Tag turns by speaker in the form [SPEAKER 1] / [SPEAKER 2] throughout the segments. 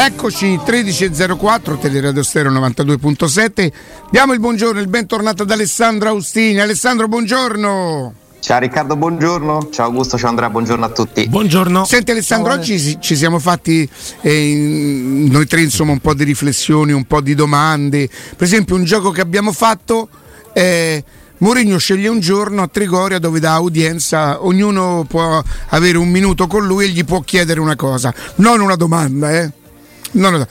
[SPEAKER 1] Eccoci 13.04 Teleradio Stereo 92.7 Diamo il buongiorno, il bentornato ad Alessandro Austini Alessandro buongiorno
[SPEAKER 2] Ciao Riccardo, buongiorno. Ciao Augusto, ciao Andrea, buongiorno a tutti.
[SPEAKER 3] Buongiorno.
[SPEAKER 1] Senti Alessandro,
[SPEAKER 3] Ciao,
[SPEAKER 1] oggi si- ci siamo fatti eh, in- noi tre insomma un po' di riflessioni, un po' di domande. Per esempio un gioco che abbiamo fatto, eh, Mourinho sceglie un giorno a Trigoria dove da udienza ognuno può avere un minuto con lui e gli può chiedere una cosa, non una domanda. Eh. Non una-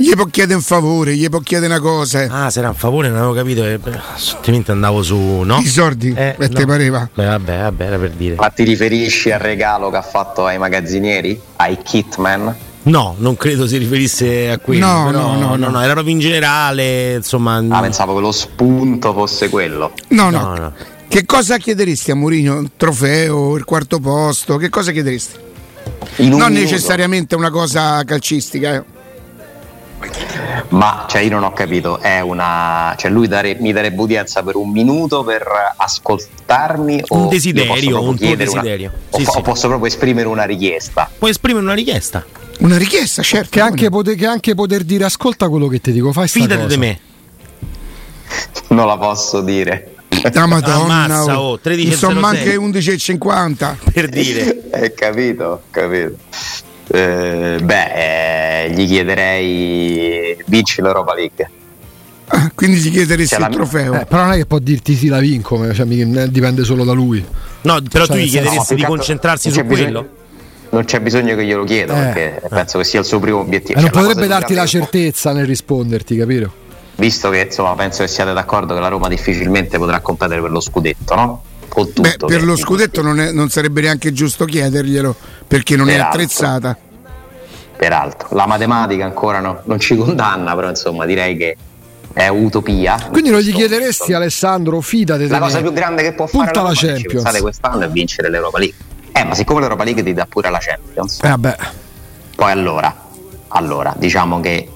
[SPEAKER 1] Gli può chiedere un favore, gli può chiedere una cosa. eh.
[SPEAKER 3] Ah, se era un favore, non avevo capito. eh, Assolutamente andavo su, no?
[SPEAKER 1] I sordi,
[SPEAKER 3] Eh,
[SPEAKER 1] eh, te
[SPEAKER 3] no.
[SPEAKER 1] pareva.
[SPEAKER 3] Beh, vabbè, vabbè, era per dire.
[SPEAKER 2] Ma ti riferisci al regalo che ha fatto ai magazzinieri? Ai Kitman? Ah,
[SPEAKER 3] No, non credo si riferisse a quello.
[SPEAKER 1] No,
[SPEAKER 3] però-
[SPEAKER 1] no, no, no.
[SPEAKER 3] era proprio in generale, insomma.
[SPEAKER 2] Ah, pensavo che lo spunto fosse quello.
[SPEAKER 1] No, no.
[SPEAKER 3] no, no.
[SPEAKER 1] Che cosa chiederesti a Mourinho? Un trofeo, il quarto posto? Che cosa chiederesti?
[SPEAKER 2] In un
[SPEAKER 1] non
[SPEAKER 2] minuto.
[SPEAKER 1] necessariamente una cosa calcistica. eh.
[SPEAKER 2] Ma cioè, io non ho capito, è una. Cioè, lui dare- mi darebbe udienza per un minuto per ascoltarmi o
[SPEAKER 3] Un
[SPEAKER 2] io
[SPEAKER 3] desiderio,
[SPEAKER 2] posso proprio
[SPEAKER 3] un tuo
[SPEAKER 2] chiedere una-
[SPEAKER 3] desiderio.
[SPEAKER 2] o,
[SPEAKER 3] Sì,
[SPEAKER 2] fa-
[SPEAKER 3] sì.
[SPEAKER 2] o posso proprio esprimere una richiesta.
[SPEAKER 3] Puoi esprimere una richiesta.
[SPEAKER 1] Una richiesta, certo.
[SPEAKER 4] Che anche,
[SPEAKER 1] come
[SPEAKER 4] poter, che anche poter dire ascolta quello che ti dico, fai sta
[SPEAKER 3] Fidati
[SPEAKER 4] cosa.
[SPEAKER 3] di me.
[SPEAKER 2] Non la posso dire.
[SPEAKER 1] no. La Madonna,
[SPEAKER 3] Ammazza,
[SPEAKER 1] oh.
[SPEAKER 3] oh, 13.06.
[SPEAKER 1] insomma anche 11.50.
[SPEAKER 3] Per dire.
[SPEAKER 2] Eh, capito, capito. Eh, beh, eh, gli chiederei vinci l'Europa League.
[SPEAKER 1] Ah, Quindi gli chiederesti
[SPEAKER 2] C'è la-
[SPEAKER 1] il trofeo.
[SPEAKER 4] Eh, però non è che può dirti sì la vinco, eh, cioè, mica- eh, dipende solo da lui.
[SPEAKER 3] No, però
[SPEAKER 4] Cioè,
[SPEAKER 3] tu gli
[SPEAKER 2] No,
[SPEAKER 4] nel senso-
[SPEAKER 3] chiederesti
[SPEAKER 2] più
[SPEAKER 3] di
[SPEAKER 2] che altro
[SPEAKER 3] concentrarsi
[SPEAKER 2] non
[SPEAKER 3] su
[SPEAKER 2] c'è bisogno-
[SPEAKER 3] quello.
[SPEAKER 2] Non c'è bisogno che glielo chieda
[SPEAKER 4] Eh.
[SPEAKER 2] perché penso che sia il suo primo obiettivo.
[SPEAKER 4] E non
[SPEAKER 2] Cioè, la
[SPEAKER 4] potrebbe
[SPEAKER 2] cosa
[SPEAKER 4] darti
[SPEAKER 2] più
[SPEAKER 4] la
[SPEAKER 2] grande-
[SPEAKER 4] certezza nel risponderti, capito?
[SPEAKER 2] Visto che insomma penso che siate d'accordo che la Roma difficilmente potrà competere per lo scudetto, no? Con tutto
[SPEAKER 1] Beh, per
[SPEAKER 2] che-
[SPEAKER 1] lo scudetto non, è- non sarebbe neanche giusto chiederglielo perché non è
[SPEAKER 2] Peraltro.
[SPEAKER 1] attrezzata.
[SPEAKER 2] Peraltro, la matematica ancora no- non ci condanna, però insomma direi che è utopia.
[SPEAKER 4] Quindi non gli
[SPEAKER 2] Insomma,
[SPEAKER 4] chiederesti Alessandro, fidati di
[SPEAKER 2] La
[SPEAKER 4] me.
[SPEAKER 2] cosa più grande che può fare
[SPEAKER 4] Punta
[SPEAKER 2] la
[SPEAKER 4] la
[SPEAKER 2] Roma, se ci
[SPEAKER 4] Champions.
[SPEAKER 2] pensate quest'anno è vincere l'Europa League. Eh, ma siccome l'Europa League ti dà pure la Champions,
[SPEAKER 4] Eh, vabbè.
[SPEAKER 2] Poi allora, allora, diciamo che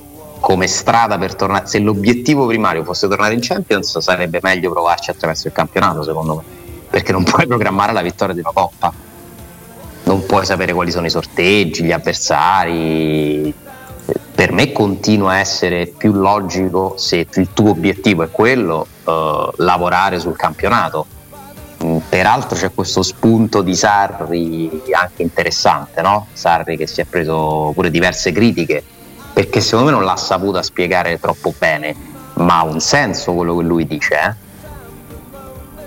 [SPEAKER 2] come strada per tornare, se l'obiettivo primario fosse tornare in Champions, sarebbe meglio provarci attraverso il campionato, secondo me, perché non puoi programmare la vittoria di una coppa. Non puoi sapere quali sono i sorteggi, gli avversari. Per me continua a essere più logico, se il tuo obiettivo è quello, eh, lavorare sul campionato. Mm, Peraltro c'è questo spunto di Sarri anche interessante, no? Sarri che si è preso pure diverse critiche perché secondo me non l'ha saputa spiegare troppo bene, ma ha un senso quello che lui dice, eh?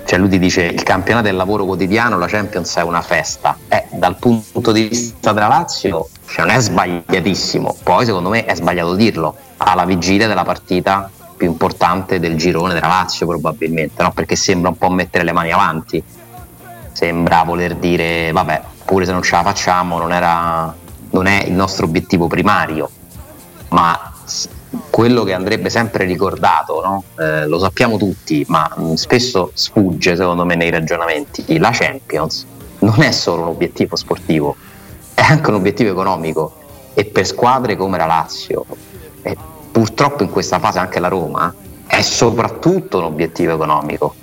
[SPEAKER 2] Cioè lui ti dice il campionato è il lavoro quotidiano, la Champions è una festa. Eh, dal punto di vista della Lazio cioè, non è sbagliatissimo, poi secondo me è sbagliato dirlo, alla vigilia della partita più importante del girone della Lazio probabilmente, no? perché sembra un po' mettere le mani avanti, sembra voler dire vabbè, pure se non ce la facciamo non, era- non è il nostro obiettivo primario, ma s- quello che andrebbe sempre ricordato, no? Eh, lo sappiamo tutti, ma mh, spesso sfugge secondo me nei ragionamenti, la Champions non è solo un obiettivo sportivo, è anche un obiettivo economico e per squadre come la Lazio, e purtroppo in questa fase anche la Roma, è soprattutto un obiettivo economico,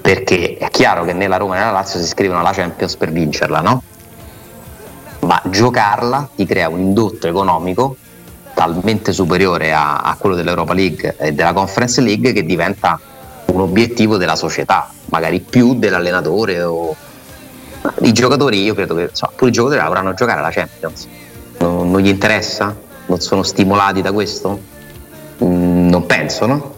[SPEAKER 2] perché è chiaro che né la Roma né la Lazio si iscrivono alla Champions per vincerla, no? ma giocarla ti crea un indotto economico talmente superiore a, a quello dell'Europa League e della Conference League che diventa un obiettivo della società, magari più dell'allenatore o i giocatori, io credo che insomma, pure i giocatori la vorranno giocare alla Champions. Non, non gli interessa? Non sono stimolati da questo? Mm, non penso, no?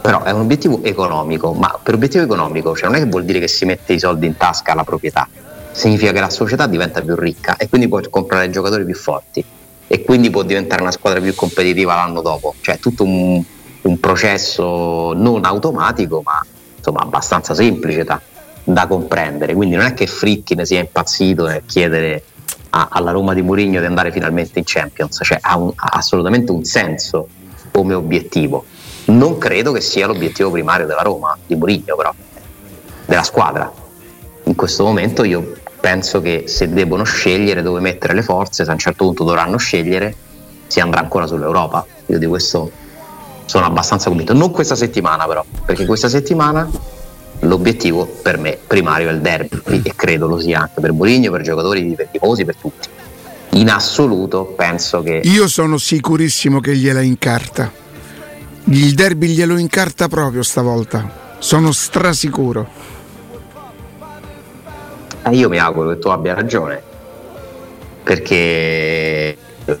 [SPEAKER 2] Però è un obiettivo economico, ma per obiettivo economico cioè non è che vuol dire che si mette i soldi in tasca alla proprietà, significa che la società diventa più ricca e quindi può comprare giocatori più forti e quindi può diventare una squadra più competitiva l'anno dopo. Cioè è tutto un, un processo non automatico, ma insomma abbastanza semplice da, da comprendere. Quindi non è che Fritkin sia impazzito nel chiedere a- alla Roma di Mourinho di andare finalmente in Champions, cioè ha, un- ha assolutamente un senso come obiettivo. Non credo che sia l'obiettivo primario della Roma, di Mourinho però, della squadra. In questo momento io penso che se devono scegliere dove mettere le forze, se a un certo punto dovranno scegliere, si andrà ancora sull'Europa. Io di questo sono abbastanza convinto. Non questa settimana però, perché questa settimana l'obiettivo per me primario è il derby e credo lo sia anche per Mourinho, per giocatori, per tifosi, per tutti. in assoluto penso che
[SPEAKER 1] Io sono sicurissimo che gliela incarta. Il derby glielo incarta proprio stavolta. Sono strasicuro.
[SPEAKER 2] Eh, io mi auguro che tu abbia ragione, perché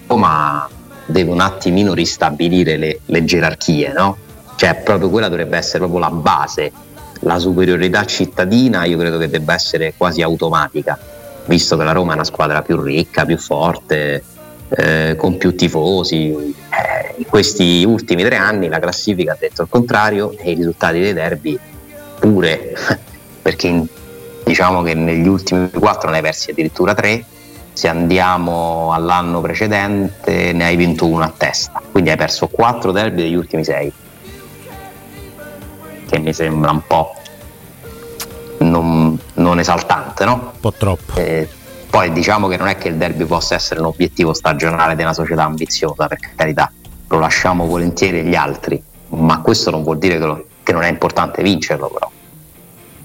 [SPEAKER 2] Roma deve un attimino ristabilire le, le gerarchie, no? Cioè, proprio quella dovrebbe essere proprio la base. La superiorità cittadina io credo che debba essere quasi automatica, visto che la Roma è una squadra più ricca, più forte, eh, con più tifosi. Eh, in questi ultimi tre anni la classifica ha detto il contrario e i risultati dei derby pure, perché in diciamo che negli ultimi quattro ne hai persi addirittura tre. Se andiamo all'anno precedente, ne hai vinto uno a testa, quindi hai perso quattro derby degli ultimi sei, che mi sembra un po' non, non esaltante, no?
[SPEAKER 3] un po' troppo.
[SPEAKER 2] Eh, poi diciamo che non è che il derby possa essere un obiettivo stagionale di una società ambiziosa, per carità, lo lasciamo volentieri agli altri, ma questo non vuol dire che, lo- che non è importante vincerlo però.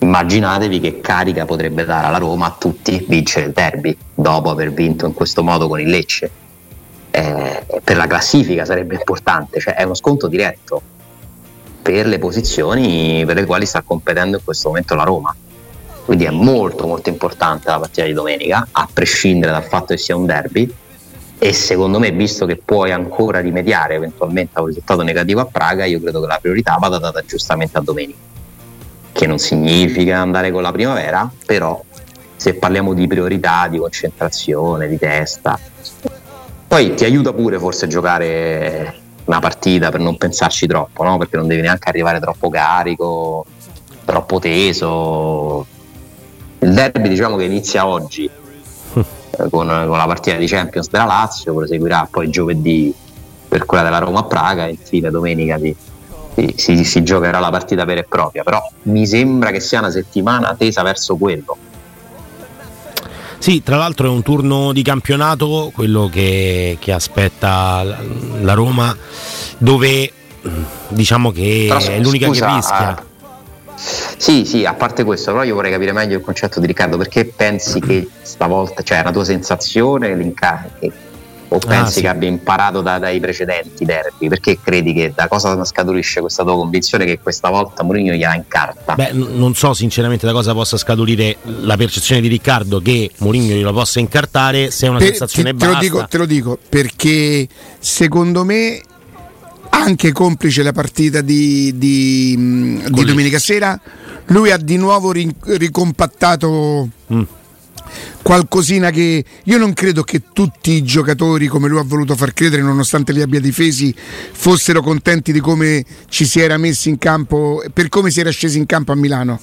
[SPEAKER 2] Immaginatevi che carica potrebbe dare alla Roma a tutti vincere il derby dopo aver vinto in questo modo con il Lecce. Eh, per la classifica sarebbe importante, cioè è uno sconto diretto per le posizioni per le quali sta competendo in questo momento la Roma. Quindi è molto molto importante la partita di domenica, a prescindere dal fatto che sia un derby. E secondo me, visto che puoi ancora rimediare eventualmente a un risultato negativo a Praga, io credo che la priorità vada data giustamente a domenica. Che non significa andare con la primavera, però se parliamo di priorità, di concentrazione, di testa, poi ti aiuta pure forse a giocare una partita per non pensarci troppo, no? perché non devi neanche arrivare troppo carico, troppo teso. Il derby diciamo che inizia oggi eh, con, con la partita di Champions della Lazio, proseguirà poi giovedì per quella della Roma a Praga e infine domenica si, si- si- si giocherà la partita vera e propria, però mi sembra che sia una settimana tesa verso quello.
[SPEAKER 3] Sì, tra l'altro è un turno di campionato, quello che, che aspetta la, la Roma, dove mm, diciamo che
[SPEAKER 2] Però,
[SPEAKER 3] è l'unica
[SPEAKER 2] scusa, eh, ah,
[SPEAKER 3] che rischia.
[SPEAKER 2] Sì, sì, a parte questo, però io vorrei capire meglio il concetto di Riccardo, perché pensi che stavolta, cioè è una tua sensazione l'inca- che- o pensi
[SPEAKER 3] Ah, sì.
[SPEAKER 2] che abbia imparato da- dai precedenti derby? Perché credi che da cosa scaturisce questa tua convinzione che questa volta Mourinho gliela incarta?
[SPEAKER 3] Beh, n- non so sinceramente da cosa possa scaturire la percezione di Riccardo che Mourinho glielo possa incartare, se è una
[SPEAKER 1] Per-
[SPEAKER 3] sensazione
[SPEAKER 1] ti- te, lo
[SPEAKER 3] bassa.
[SPEAKER 1] dico, te lo dico, perché secondo me anche complice la partita di, di, mh, di
[SPEAKER 3] Lecce.
[SPEAKER 1] domenica sera, lui ha di nuovo rin- ricompattato
[SPEAKER 3] Mm.
[SPEAKER 1] qualcosina che io non credo che tutti i giocatori come lui ha voluto far credere nonostante li abbia difesi fossero contenti di come ci si era messi in campo per come si era scesi in campo a Milano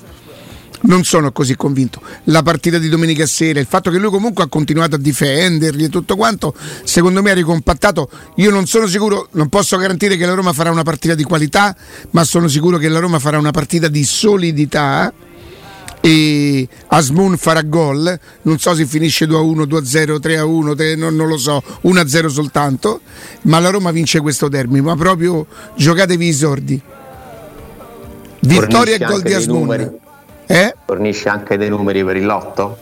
[SPEAKER 1] non sono così convinto la partita di domenica sera il fatto che lui comunque ha continuato a difenderli e tutto quanto secondo me ha ricompattato io non sono sicuro non posso garantire che la Roma farà una partita di qualità ma sono sicuro che la Roma farà una partita di solidità e Asmun farà gol. Non so se finisce 2-1, 2-0, 3-1, te- non, non lo so, 1-0 soltanto. Ma la Roma vince questo derby. Ma proprio giocatevi i sordi. Vittoria
[SPEAKER 2] Fornisce
[SPEAKER 1] e gol
[SPEAKER 2] anche
[SPEAKER 1] di
[SPEAKER 2] dei
[SPEAKER 1] Asmun.
[SPEAKER 2] numeri.
[SPEAKER 1] Eh?
[SPEAKER 2] Fornisce anche dei numeri per il lotto?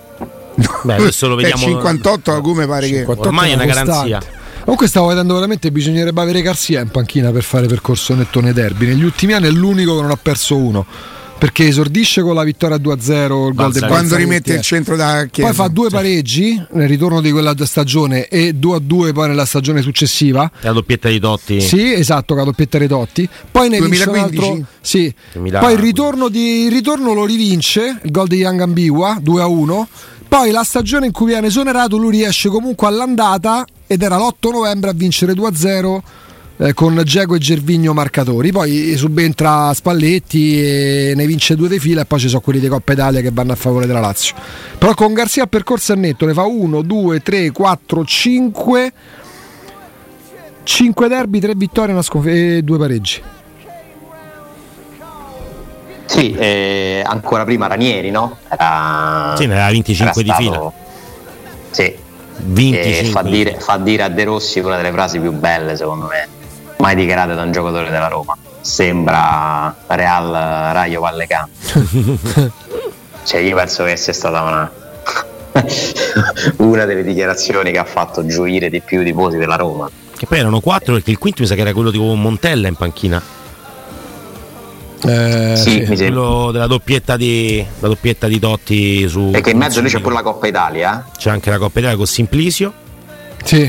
[SPEAKER 3] Beh, adesso lo
[SPEAKER 1] Eh,
[SPEAKER 3] vediamo.
[SPEAKER 1] 58 a come pare che.
[SPEAKER 4] 58
[SPEAKER 3] Ormai è una
[SPEAKER 4] costante.
[SPEAKER 3] garanzia.
[SPEAKER 4] Comunque stavo vedendo veramente bisognerebbe avere Garcia in panchina per fare percorso netto nei derby. Negli ultimi anni è l'unico che non ha perso uno. Perché esordisce con la vittoria 2-0 il gol del
[SPEAKER 3] Balzaretti.
[SPEAKER 1] Quando
[SPEAKER 4] Balzaretti,
[SPEAKER 1] rimette
[SPEAKER 4] eh.
[SPEAKER 1] il centro da Chiesa.
[SPEAKER 4] Poi fa due pareggi nel ritorno di quella stagione e 2-2 poi nella stagione successiva.
[SPEAKER 3] La doppietta di Totti.
[SPEAKER 4] Sì, esatto, con la doppietta Redotti. Poi ne vince un
[SPEAKER 1] 2015?
[SPEAKER 4] altro. Sì.
[SPEAKER 3] 2015.
[SPEAKER 4] Poi il ritorno, di- il ritorno lo rivince, il gol di Young Ambiwa 2 a 1. Poi la stagione in cui viene esonerato, lui riesce comunque all'andata ed era l'8 novembre a vincere 2 a 0. eh, con Geco e Gervigno marcatori, poi subentra Spalletti e ne vince due di fila e poi ci sono quelli di Coppa Italia che vanno a favore della Lazio. Però con Garzia percorso è netto, ne fa 1, 2, 3, 4, 5 5 derby, 3 vittorie una sconf- e 2 pareggi.
[SPEAKER 2] Sì, eh, ancora prima Ranieri, no? Era,
[SPEAKER 3] Sì, ne aveva 25
[SPEAKER 2] era
[SPEAKER 3] di
[SPEAKER 2] stato- Sì, E
[SPEAKER 3] 25.
[SPEAKER 2] fa, dire, fa dire a De Rossi una delle frasi più belle, secondo me, mai dichiarate da un giocatore della Roma. Sembra Real Rayo Vallecano. cioè, io penso che sia stata una, una delle dichiarazioni che ha fatto gioire di più i tifosi della Roma.
[SPEAKER 3] Che poi erano quattro perché il quinto mi sa che era quello di Montella in panchina.
[SPEAKER 4] Eh,
[SPEAKER 2] Sì, mi sembra.
[SPEAKER 3] Quello della doppietta di, la doppietta di Totti su...
[SPEAKER 2] Perché in mezzo lì c'è pure la Coppa Italia. eh.
[SPEAKER 3] C'è anche la Coppa Italia con Simplisio.
[SPEAKER 4] sì.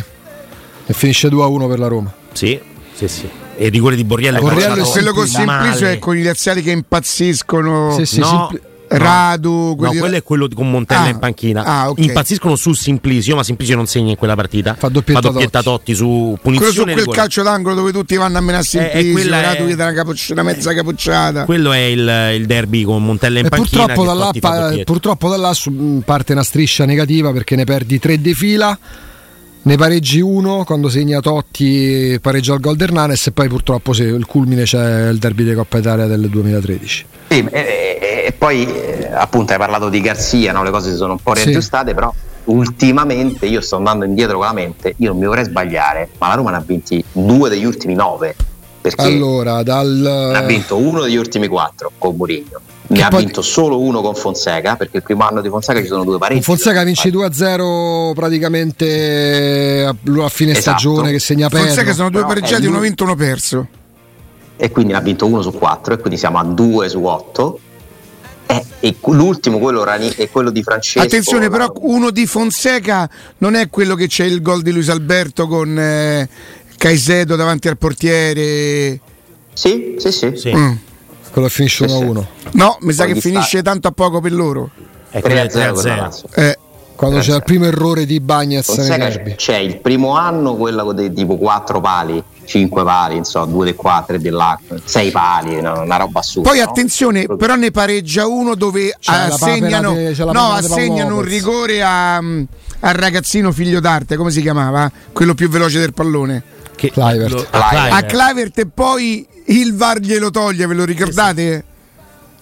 [SPEAKER 4] E finisce 2-1 per la Roma.
[SPEAKER 3] Sì, sì, sì. E il rigore di Borriello.
[SPEAKER 4] Borriello
[SPEAKER 3] calciato
[SPEAKER 4] è
[SPEAKER 1] quello con
[SPEAKER 3] male.
[SPEAKER 1] Simplicio è con gli razziali che impazziscono.
[SPEAKER 4] Sì, sì,
[SPEAKER 3] No,
[SPEAKER 4] Simpli-
[SPEAKER 1] Radu,
[SPEAKER 3] no, quello è quello di- con Montella
[SPEAKER 1] Ah,
[SPEAKER 3] in panchina.
[SPEAKER 1] ah, ok.
[SPEAKER 3] Impazziscono su Simplicio, ma Simplicio non segna in quella partita.
[SPEAKER 4] Fa doppietta
[SPEAKER 3] Totti su
[SPEAKER 1] quello su
[SPEAKER 3] punizione.
[SPEAKER 1] quel
[SPEAKER 3] rigore.
[SPEAKER 1] calcio d'angolo dove tutti vanno a menarsi in
[SPEAKER 3] Eh, eh,
[SPEAKER 1] piso,
[SPEAKER 3] quella è- Eh.
[SPEAKER 1] Radu che dà una, capocci- una mezza capocciata.
[SPEAKER 3] Quello è il, il derby con Montella in
[SPEAKER 4] E
[SPEAKER 3] panchina.
[SPEAKER 4] purtroppo
[SPEAKER 3] che
[SPEAKER 4] da, là,
[SPEAKER 3] Totti fa
[SPEAKER 4] pa-
[SPEAKER 3] doppietta.
[SPEAKER 4] purtroppo da là su- mh, parte una striscia negativa perché ne perdi tre di fila, ne pareggi uno quando segna Totti, pareggia il gol di Hernanes e poi purtroppo se il culmine c'è il derby di Coppa Italia del 2013.
[SPEAKER 2] Sì, e, e- e poi eh, appunto hai parlato di Garzia, no? le cose si sono un po'
[SPEAKER 4] Sì.
[SPEAKER 2] riaggiustate, però ultimamente io sto andando indietro con la mente, io non mi vorrei sbagliare, ma la Roma ne ha vinti due degli ultimi nove, perché
[SPEAKER 4] Allora,
[SPEAKER 2] ne ha
[SPEAKER 4] dal... eh,
[SPEAKER 2] vinto uno degli ultimi quattro con Mourinho, ne
[SPEAKER 4] Che
[SPEAKER 2] ha
[SPEAKER 4] poi-
[SPEAKER 2] vinto solo uno con Fonseca, perché il primo anno di Fonseca ci sono due
[SPEAKER 4] Con
[SPEAKER 2] pareggi.
[SPEAKER 4] Fonseca vince 2-0 praticamente a a fine
[SPEAKER 2] Esatto.
[SPEAKER 4] stagione che segna Pedro.
[SPEAKER 1] Forse che sono due
[SPEAKER 2] Però è
[SPEAKER 3] eh,
[SPEAKER 1] pareggiati, uno
[SPEAKER 2] lui-
[SPEAKER 1] vinto, uno perso.
[SPEAKER 2] e quindi ne ha vinto uno su quattro e quindi siamo a due su otto. Eh, e l'ultimo, quello, Rani- e quello di Francesco.
[SPEAKER 1] Attenzione,
[SPEAKER 2] la-
[SPEAKER 1] però, uno di Fonseca non è quello che c'è il gol di Luis Alberto con eh, Caicedo davanti al portiere.
[SPEAKER 2] Sì, sì, sì.
[SPEAKER 3] Sì.
[SPEAKER 1] Mm.
[SPEAKER 4] Quello che finisce
[SPEAKER 2] Sì, sì.
[SPEAKER 4] 1-1.
[SPEAKER 1] No, mi sa
[SPEAKER 2] Poi
[SPEAKER 1] che
[SPEAKER 2] gli sta-
[SPEAKER 1] finisce tanto a poco per loro.
[SPEAKER 2] 3
[SPEAKER 3] È quello
[SPEAKER 2] a 0
[SPEAKER 3] del 3-0.
[SPEAKER 1] Eh,
[SPEAKER 4] Quando c'è
[SPEAKER 2] Grazie.
[SPEAKER 4] il primo errore di Bagnez nei
[SPEAKER 2] Esatto. Fonseca
[SPEAKER 4] derby.
[SPEAKER 2] c'è, c'è il primo anno quello dei tipo 4 pali, 5 pali, insomma, 2 del qua, 3 dell'A, 6 pali, no, una roba assurda.
[SPEAKER 1] Poi
[SPEAKER 2] no?
[SPEAKER 1] attenzione, però ne pareggia uno dove
[SPEAKER 4] C'è la
[SPEAKER 1] assegnano,
[SPEAKER 4] papera di- c'è la
[SPEAKER 1] no,
[SPEAKER 4] papera di Paolo
[SPEAKER 1] assegnano un
[SPEAKER 4] Lopez.
[SPEAKER 1] rigore a, mm, al ragazzino figlio d'arte, come si chiamava? Quello più veloce del pallone.
[SPEAKER 3] Che-
[SPEAKER 4] Kluivert.
[SPEAKER 3] lo-
[SPEAKER 2] Kluivert.
[SPEAKER 1] A Clavert e poi il VAR glielo toglie, ve lo ricordate?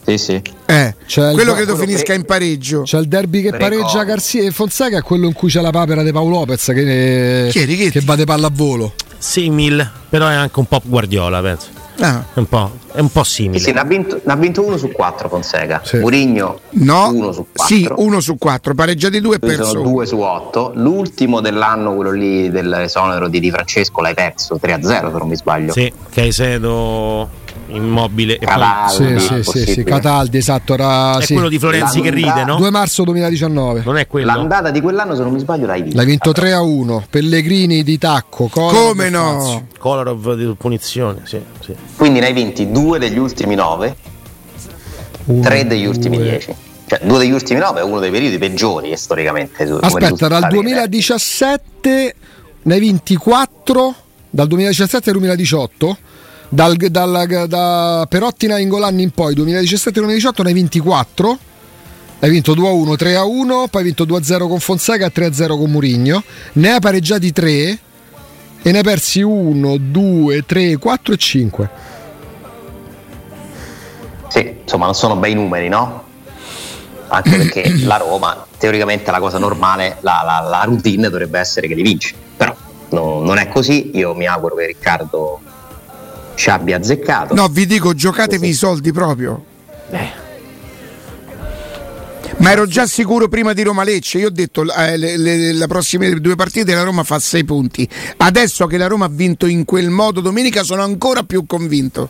[SPEAKER 2] Sì, sì.
[SPEAKER 1] Eh,
[SPEAKER 4] C'è il-
[SPEAKER 1] quello credo
[SPEAKER 2] quello
[SPEAKER 1] finisca
[SPEAKER 2] che-
[SPEAKER 1] in pareggio.
[SPEAKER 4] C'è il derby che
[SPEAKER 2] Preco.
[SPEAKER 4] pareggia Garzia e Fonseca, è quello in cui c'è la papera di Paolo Lopez che,
[SPEAKER 1] Chi è, Righetti?
[SPEAKER 4] che va di pallavolo.
[SPEAKER 3] simil, però è anche un po' Guardiola, penso.
[SPEAKER 1] Ah,
[SPEAKER 3] È un po', è un po' simile.
[SPEAKER 2] Sì, sì, ne, ha vinto, ne ha vinto uno su 4 Fonseca.
[SPEAKER 4] Sì.
[SPEAKER 2] Murigno
[SPEAKER 1] no,
[SPEAKER 2] 1 su 4.
[SPEAKER 1] sì, uno su quattro, pareggiati due e
[SPEAKER 2] Quindi sono
[SPEAKER 1] perso. uno.
[SPEAKER 2] 2 su 8. L'ultimo dell'anno, quello lì dell'esonero di Di Francesco, l'hai perso 3 a 0. Se non mi sbaglio,
[SPEAKER 3] Sì, Caicedo immobile e poi-
[SPEAKER 2] Cataldi,
[SPEAKER 4] Sì, sì, sì, sì,
[SPEAKER 2] Ah, possibile.
[SPEAKER 4] Cataldi, esatto, era
[SPEAKER 3] è
[SPEAKER 4] sì.
[SPEAKER 3] quello di Florenzi che ride, no?
[SPEAKER 4] 2 marzo 2019.
[SPEAKER 3] Non è quello.
[SPEAKER 2] L'andata di quell'anno, se non mi sbaglio, l'hai vinta.
[SPEAKER 4] L'hai vinto 3 a 1, Pellegrini di tacco, Cola
[SPEAKER 1] Come
[SPEAKER 4] e
[SPEAKER 1] no?
[SPEAKER 4] Fazio.
[SPEAKER 3] Kolarov di punizione, sì, sì.
[SPEAKER 2] Quindi ne hai vinti 2 degli ultimi 9,
[SPEAKER 4] Uno,
[SPEAKER 2] 3 degli ultimi
[SPEAKER 4] due.
[SPEAKER 2] 10. Cioè, 2 degli ultimi 9 è uno dei periodi peggiori eh, storicamente. su- come
[SPEAKER 4] Aspetta, dal
[SPEAKER 2] risultati.
[SPEAKER 4] 2017 ne hai vinti 4, dal 2017 al 2018, dal, dal- da Perotti Nainggolan in poi, 2017-2018 ne hai vinti 4, hai vinto 2-1, 3-1, poi hai vinto 2-0 con Fonseca e 3-0 con Murigno, ne hai pareggiati 3 e ne hai persi 1, 2, 3, 4 e 5.
[SPEAKER 2] Sì, insomma, non sono bei numeri, no? Anche perché la Roma, teoricamente, la cosa normale, la, la- la routine dovrebbe essere che li vinci. Però no- non è così. Io mi auguro che Riccardo ci abbia azzeccato.
[SPEAKER 1] No, vi dico, giocatevi i soldi proprio. Ma ero già sicuro prima di Roma Lecce. Io ho detto eh, le, le- la prossime due partite la Roma fa sei punti. Adesso che la Roma ha vinto in quel modo domenica sono ancora più convinto.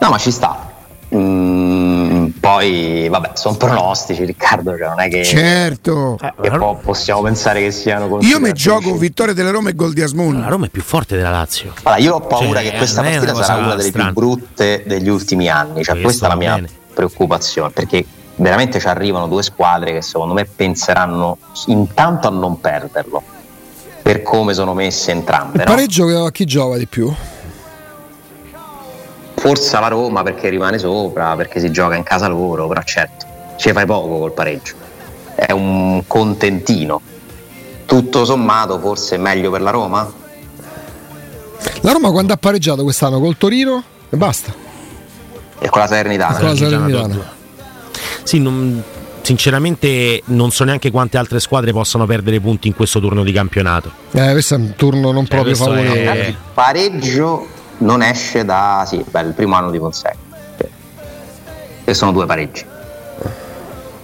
[SPEAKER 2] No, ma ci sta. Mm, poi, vabbè, sono pronostici, Riccardo, cioè non è che,
[SPEAKER 1] Certo.
[SPEAKER 2] che
[SPEAKER 3] Eh,
[SPEAKER 2] po- possiamo pensare che siano così.
[SPEAKER 1] Io mi gioco vittoria della Roma e gol di
[SPEAKER 3] La
[SPEAKER 1] Asmund.
[SPEAKER 3] Roma è più forte della Lazio.
[SPEAKER 2] Allora, io ho paura
[SPEAKER 3] Cioè,
[SPEAKER 2] che questa
[SPEAKER 3] non è una
[SPEAKER 2] partita
[SPEAKER 3] cosa
[SPEAKER 2] sarà una delle
[SPEAKER 3] strana.
[SPEAKER 2] più brutte degli ultimi anni. Cioè,
[SPEAKER 3] Questo
[SPEAKER 2] questa è la
[SPEAKER 3] va
[SPEAKER 2] mia
[SPEAKER 3] bene.
[SPEAKER 2] preoccupazione, perché veramente ci arrivano due squadre che secondo me penseranno intanto a non perderlo, per come sono messe entrambe.
[SPEAKER 4] Il
[SPEAKER 2] no?
[SPEAKER 4] pareggio a chi giova di più?
[SPEAKER 2] Forse la Roma perché rimane sopra, perché si gioca in casa loro, però certo, ci fai poco col pareggio. È un contentino. Tutto sommato forse è meglio per la Roma?
[SPEAKER 4] La Roma quando ha pareggiato quest'anno col Torino e basta.
[SPEAKER 2] E con la Salernitana?
[SPEAKER 4] Con la Salernitana.
[SPEAKER 3] Sì, non- sinceramente non so neanche quante altre squadre possano perdere punti in questo turno di campionato.
[SPEAKER 4] Eh, questo è un turno non proprio
[SPEAKER 3] questo è-
[SPEAKER 4] favorevole.
[SPEAKER 2] Tanto il pareggio non esce da sì, beh, il primo anno di Fonseca e sono due pareggi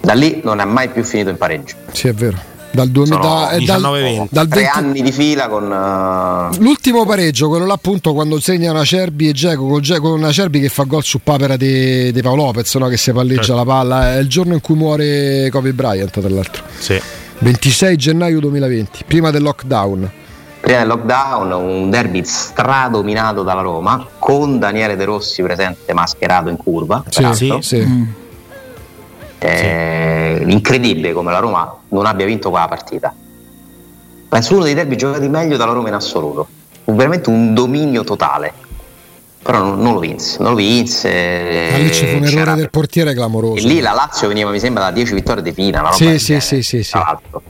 [SPEAKER 2] Da lì non è mai più finito in pareggio.
[SPEAKER 4] Sì, è vero. Dal 2000,
[SPEAKER 2] Sono
[SPEAKER 4] da- è dal-
[SPEAKER 3] 19-20.
[SPEAKER 4] dal
[SPEAKER 2] Tre
[SPEAKER 4] 20
[SPEAKER 2] anni di fila con... eh,
[SPEAKER 4] L'ultimo pareggio, quello là appunto quando segnano Acerbi e Geco con, Dzeko- con Acerbi che fa gol su papera di, di Paolo Lopez, no? che si palleggia
[SPEAKER 3] Certo.
[SPEAKER 4] la palla, eh, è il giorno in cui muore Kobe Bryant tra l'altro,
[SPEAKER 3] Sì.
[SPEAKER 4] 26 gennaio 2020, prima del lockdown.
[SPEAKER 2] prima del lockdown un derby stradominato dalla Roma con Daniele De Rossi presente mascherato in curva peraltro.
[SPEAKER 4] sì.
[SPEAKER 1] Mm.
[SPEAKER 2] Eh, incredibile come la Roma non abbia vinto quella partita penso uno dei derby giocati meglio dalla Roma in assoluto Fu veramente un dominio totale però non, non lo vinse non lo vinse
[SPEAKER 4] Ma lì ci fu un
[SPEAKER 2] Eh, c'era-
[SPEAKER 4] errore del portiere
[SPEAKER 2] e
[SPEAKER 4] clamoroso.
[SPEAKER 2] lì la Lazio veniva mi sembra da 10 vittorie di fila una roba
[SPEAKER 4] Sì,
[SPEAKER 2] del
[SPEAKER 4] sì,
[SPEAKER 2] genere,
[SPEAKER 4] sì, sì, sì.
[SPEAKER 2] tra l'altro.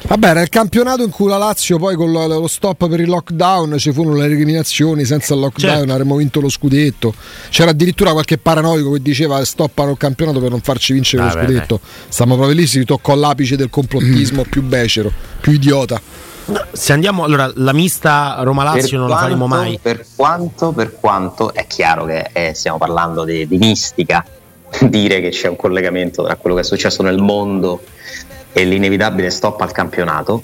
[SPEAKER 4] Vabbè, era il campionato in cui la Lazio poi con lo, lo stop per il lockdown ci furono le eliminazioni, senza il lockdown
[SPEAKER 3] Certo.
[SPEAKER 4] avremmo vinto lo scudetto. C'era addirittura qualche paranoico che diceva stoppano il campionato per non farci vincere
[SPEAKER 3] Vabbè,
[SPEAKER 4] lo scudetto. Stiamo proprio lì, si toccò l'apice del complottismo più becero, più idiota.
[SPEAKER 3] Se andiamo, allora, la mista Roma-Lazio non la faremo
[SPEAKER 2] quanto-
[SPEAKER 3] mai.
[SPEAKER 2] Per quanto, per quanto è chiaro che eh, stiamo parlando di, di mistica, dire che c'è un collegamento tra quello che è successo nel mondo e l'inevitabile stop al campionato,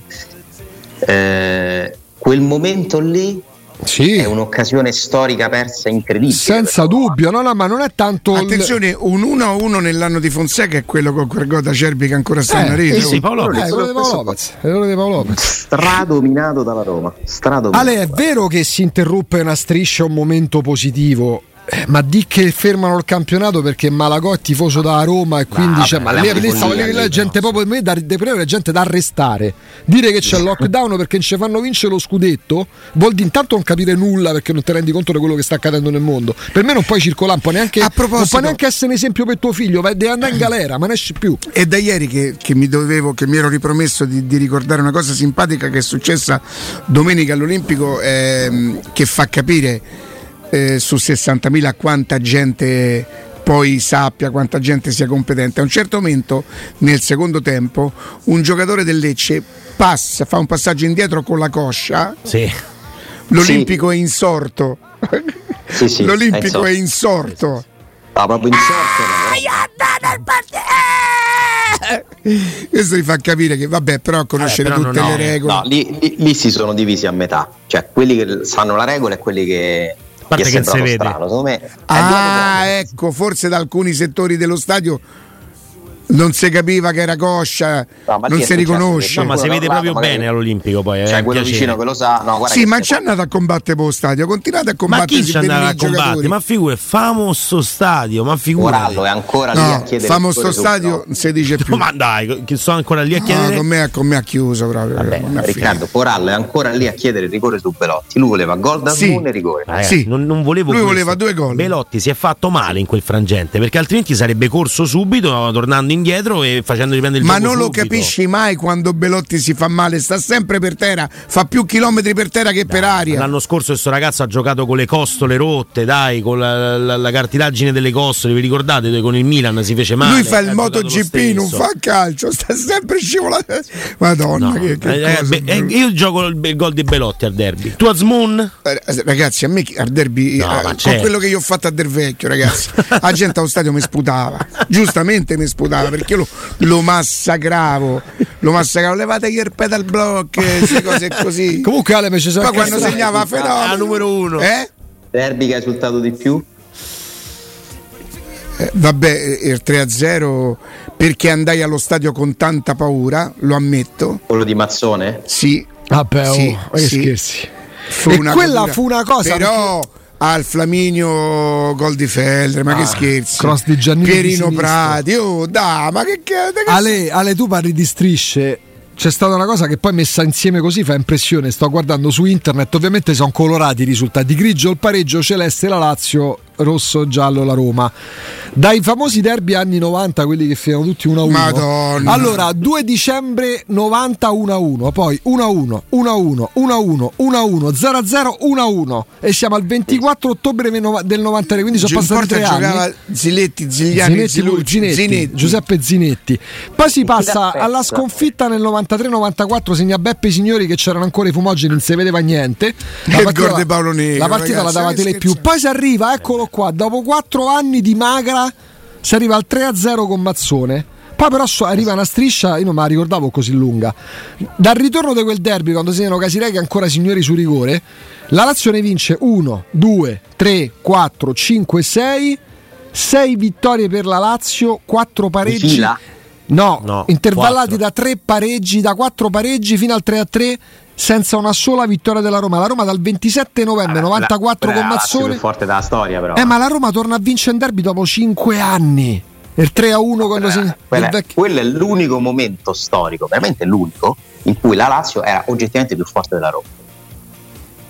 [SPEAKER 2] eh, quel momento lì
[SPEAKER 4] Sì,
[SPEAKER 2] è un'occasione storica persa incredibile.
[SPEAKER 4] senza
[SPEAKER 2] per Roma.
[SPEAKER 4] dubbio, no, no, ma non è tanto... il-
[SPEAKER 1] Attenzione, un 1-1 nell'anno di Fonseca è quello con Quargota Cerbi che ancora sta
[SPEAKER 4] Eh,
[SPEAKER 1] in rete.
[SPEAKER 3] sì, sì, Paolo Lopez.
[SPEAKER 4] Eh, quello di Paolo Lopez, errore di Paolo Lopez.
[SPEAKER 2] Stradominato dalla Roma. Stradominato.
[SPEAKER 4] Ale, è vero che si interruppe una striscia, un momento positivo, eh, ma di che fermano il campionato perché Malagò è tifoso da Roma e quindi
[SPEAKER 2] vabbè,
[SPEAKER 4] cioè, ma
[SPEAKER 2] parliamo
[SPEAKER 4] lì-
[SPEAKER 2] di
[SPEAKER 4] lì stavo lì
[SPEAKER 2] follia,
[SPEAKER 4] la
[SPEAKER 2] lì,
[SPEAKER 4] gente proprio me da, da prendere la gente da arrestare. Dire che c'è il lockdown perché non ci fanno vincere lo scudetto vuol dire intanto non capire nulla perché non ti rendi conto di quello che sta accadendo nel mondo. Per me non puoi circolare, non puoi neanche,
[SPEAKER 1] A proposito-
[SPEAKER 4] non puoi neanche essere un esempio per tuo figlio, vai- devi andare in galera, ma ne esci più.
[SPEAKER 1] È da ieri che, che mi dovevo, che mi ero ripromesso di, di ricordare una cosa simpatica che è successa domenica all'Olimpico ehm, che fa capire eh, su 60.000 quanta gente poi sappia, quanta gente sia competente. A un certo momento, nel secondo tempo, un giocatore del Lecce passa, fa un passaggio indietro con la coscia,
[SPEAKER 3] Sì.
[SPEAKER 1] l'Olimpico è insorto.
[SPEAKER 2] Sì, sì,
[SPEAKER 1] L'Olimpico è
[SPEAKER 2] penso-
[SPEAKER 1] insorto.
[SPEAKER 2] Ah, proprio in sorte.
[SPEAKER 1] Questo gli fa capire che vabbè, però a conoscere
[SPEAKER 3] Eh, però
[SPEAKER 1] tutte
[SPEAKER 3] non-
[SPEAKER 1] le
[SPEAKER 3] no,
[SPEAKER 1] regole.
[SPEAKER 2] No, lì, lì- lì si sono divisi a metà, cioè quelli che sanno la regola e quelli che.
[SPEAKER 3] parte
[SPEAKER 2] gli è
[SPEAKER 3] che non
[SPEAKER 2] sembrato
[SPEAKER 3] si vede.
[SPEAKER 2] strano, secondo me è
[SPEAKER 1] Ah,
[SPEAKER 2] due
[SPEAKER 1] ecco, forse da alcuni settori dello stadio non si capiva che era coscia,
[SPEAKER 2] No, ma
[SPEAKER 1] non
[SPEAKER 2] lì
[SPEAKER 1] si
[SPEAKER 2] è successo
[SPEAKER 1] riconosce.
[SPEAKER 2] che-
[SPEAKER 3] No, ma si
[SPEAKER 2] Quello
[SPEAKER 3] vede
[SPEAKER 2] da un
[SPEAKER 3] proprio
[SPEAKER 2] lato,
[SPEAKER 3] bene
[SPEAKER 2] magari-
[SPEAKER 3] all'Olimpico poi. eh,
[SPEAKER 2] cioè
[SPEAKER 3] è un
[SPEAKER 2] quello
[SPEAKER 3] piacere.
[SPEAKER 2] vicino che lo sa, no, guarda
[SPEAKER 1] sì,
[SPEAKER 2] che
[SPEAKER 1] ma
[SPEAKER 2] se-
[SPEAKER 1] c'è andato a combattere per lo stadio, continuate a
[SPEAKER 3] Ma
[SPEAKER 1] combattere
[SPEAKER 3] chi ci andava a
[SPEAKER 1] per i
[SPEAKER 3] combattere?
[SPEAKER 1] giocatori.
[SPEAKER 3] Ma figure, famoso stadio, ma
[SPEAKER 2] Morallo è
[SPEAKER 3] figura.
[SPEAKER 2] ancora lì a
[SPEAKER 1] No,
[SPEAKER 2] chiedere
[SPEAKER 1] famoso
[SPEAKER 2] il rigore
[SPEAKER 1] stadio
[SPEAKER 2] su-
[SPEAKER 1] non si dice più.
[SPEAKER 3] ma dai, che sono ancora lì a
[SPEAKER 1] No,
[SPEAKER 3] chiedere.
[SPEAKER 1] con, me, con me ha chiuso proprio.
[SPEAKER 2] no. Vabbè,
[SPEAKER 1] con me ha
[SPEAKER 2] Riccardo Corallo è ancora lì a chiedere il rigore su Belotti. Lui voleva gol da
[SPEAKER 1] Sì.
[SPEAKER 2] Moon e rigore.
[SPEAKER 3] Ragazzi,
[SPEAKER 1] Sì.
[SPEAKER 3] Eh, non, non volevo
[SPEAKER 1] Lui
[SPEAKER 3] questo.
[SPEAKER 1] voleva due gol.
[SPEAKER 3] Belotti si è fatto male in quel frangente perché altrimenti sarebbe corso subito tornando indietro e facendo riprendere il
[SPEAKER 1] Ma
[SPEAKER 3] gioco
[SPEAKER 1] non lo
[SPEAKER 3] subito.
[SPEAKER 1] capisci mai quando Belotti si fa male, sta sempre per terra, fa più chilometri per terra che per aria.
[SPEAKER 3] L'anno scorso questo ragazzo ha giocato con le costole rotte, dai, con la, la- la cartilagine delle costole, vi ricordate? Con il Milan si fece male.
[SPEAKER 1] Lui fa
[SPEAKER 3] ha
[SPEAKER 1] il
[SPEAKER 3] giocato lo
[SPEAKER 1] MotoGP, non
[SPEAKER 3] stesso.
[SPEAKER 1] fa calcio, sta sempre scivolando. Madonna,
[SPEAKER 3] No.
[SPEAKER 1] che, che
[SPEAKER 3] Eh,
[SPEAKER 1] cosa
[SPEAKER 3] eh, beh, eh, io gioco il, il gol di Belotti al derby. Tu Azmoun?
[SPEAKER 1] Eh, Ragazzi, a me chi- al derby,
[SPEAKER 3] No,
[SPEAKER 1] eh,
[SPEAKER 3] ma
[SPEAKER 1] con
[SPEAKER 3] certo.
[SPEAKER 1] quello che io ho fatto a Del Vecchio, ragazzi, la gente allo stadio mi sputava, giustamente mi sputava perché io lo, lo massacravo, lo massacravo, levate gli pedal block, eh, queste cose così.
[SPEAKER 4] Comunque Ale mi ci sono
[SPEAKER 1] Poi quando
[SPEAKER 4] incastrato.
[SPEAKER 1] segnava fenomeno,
[SPEAKER 3] Ah, numero uno.
[SPEAKER 1] eh?
[SPEAKER 2] Derby che ha esultato di più.
[SPEAKER 1] Eh, Vabbè, eh, il 3-0 perché andai allo stadio con tanta paura, lo ammetto.
[SPEAKER 2] Quello di Mazzone?
[SPEAKER 1] Sì,
[SPEAKER 4] Vabbè, oh,
[SPEAKER 1] Sì,
[SPEAKER 4] ma che
[SPEAKER 1] sì.
[SPEAKER 4] scherzi.
[SPEAKER 1] fu
[SPEAKER 4] E
[SPEAKER 1] una
[SPEAKER 4] quella
[SPEAKER 1] paura.
[SPEAKER 4] fu una cosa
[SPEAKER 1] Però al Flaminio gol di Feltre, ma che scherzi.
[SPEAKER 4] Ah, cross di Giannini di
[SPEAKER 1] Pierino
[SPEAKER 4] sinistra.
[SPEAKER 1] Prati, oh, da, ma che cazzo.
[SPEAKER 4] Ale, Ale, tu parli di strisce. C'è stata una cosa che poi messa insieme così fa impressione. Sto guardando su internet, ovviamente sono colorati i risultati: grigio il pareggio, celeste la Lazio, rosso giallo la Roma. Dai famosi derby anni 90, quelli che finivano tutti 1-1.
[SPEAKER 1] Madonna.
[SPEAKER 4] Allora, 2 dicembre 90 1-1, poi 1-1, 1-1, 1-1, 1-1, 0-0, 1-1 e siamo al 24 ottobre del 93, quindi sono passati
[SPEAKER 1] Gianporta
[SPEAKER 4] tre anni.
[SPEAKER 1] giocava Ziletti, Zigliani,
[SPEAKER 4] Zinetti,
[SPEAKER 1] Zilucci,
[SPEAKER 4] Zinetti,
[SPEAKER 1] Zinetti.
[SPEAKER 4] Giuseppe Zinetti. Poi si passa
[SPEAKER 2] l'aspetta?
[SPEAKER 4] alla sconfitta nel 93-94, segna Beppe Signori che c'erano ancora i fumogeni, non si vedeva niente.
[SPEAKER 1] E il gol di Paolo Negro,
[SPEAKER 4] la partita
[SPEAKER 1] ragazzi,
[SPEAKER 4] la dava
[SPEAKER 1] che
[SPEAKER 4] tele più.
[SPEAKER 1] scherzo.
[SPEAKER 4] Poi si arriva, eccolo qua, dopo 4 anni di magra si arriva al 3-0 con Mazzone. Poi però so- arriva una striscia, io non me la ricordavo così lunga. Dal ritorno di quel derby, quando segnano Casirei che ancora signori su rigore, la Lazio ne vince 1, 2, 3, 4, 5, 6, 6 vittorie per la Lazio, 4 pareggi.
[SPEAKER 2] fila?
[SPEAKER 4] Eh, No,
[SPEAKER 3] No,
[SPEAKER 4] intervallati
[SPEAKER 3] quattro.
[SPEAKER 4] da 3 pareggi, da 4 pareggi fino al 3 a 3 senza una sola vittoria della Roma. La Roma dal 27 novembre
[SPEAKER 2] La-
[SPEAKER 4] 94
[SPEAKER 2] Ah, la-
[SPEAKER 4] con
[SPEAKER 2] la Lazio
[SPEAKER 4] Mazzone.
[SPEAKER 2] più forte della storia, però.
[SPEAKER 4] Eh, ma la Roma torna a vincere in derby dopo 5 anni. Il 3 a 1 quando si.
[SPEAKER 2] Eh, quella-
[SPEAKER 4] il vecchio-
[SPEAKER 2] Quello è l'unico momento storico, veramente l'unico, in cui la Lazio era oggettivamente più forte della Roma.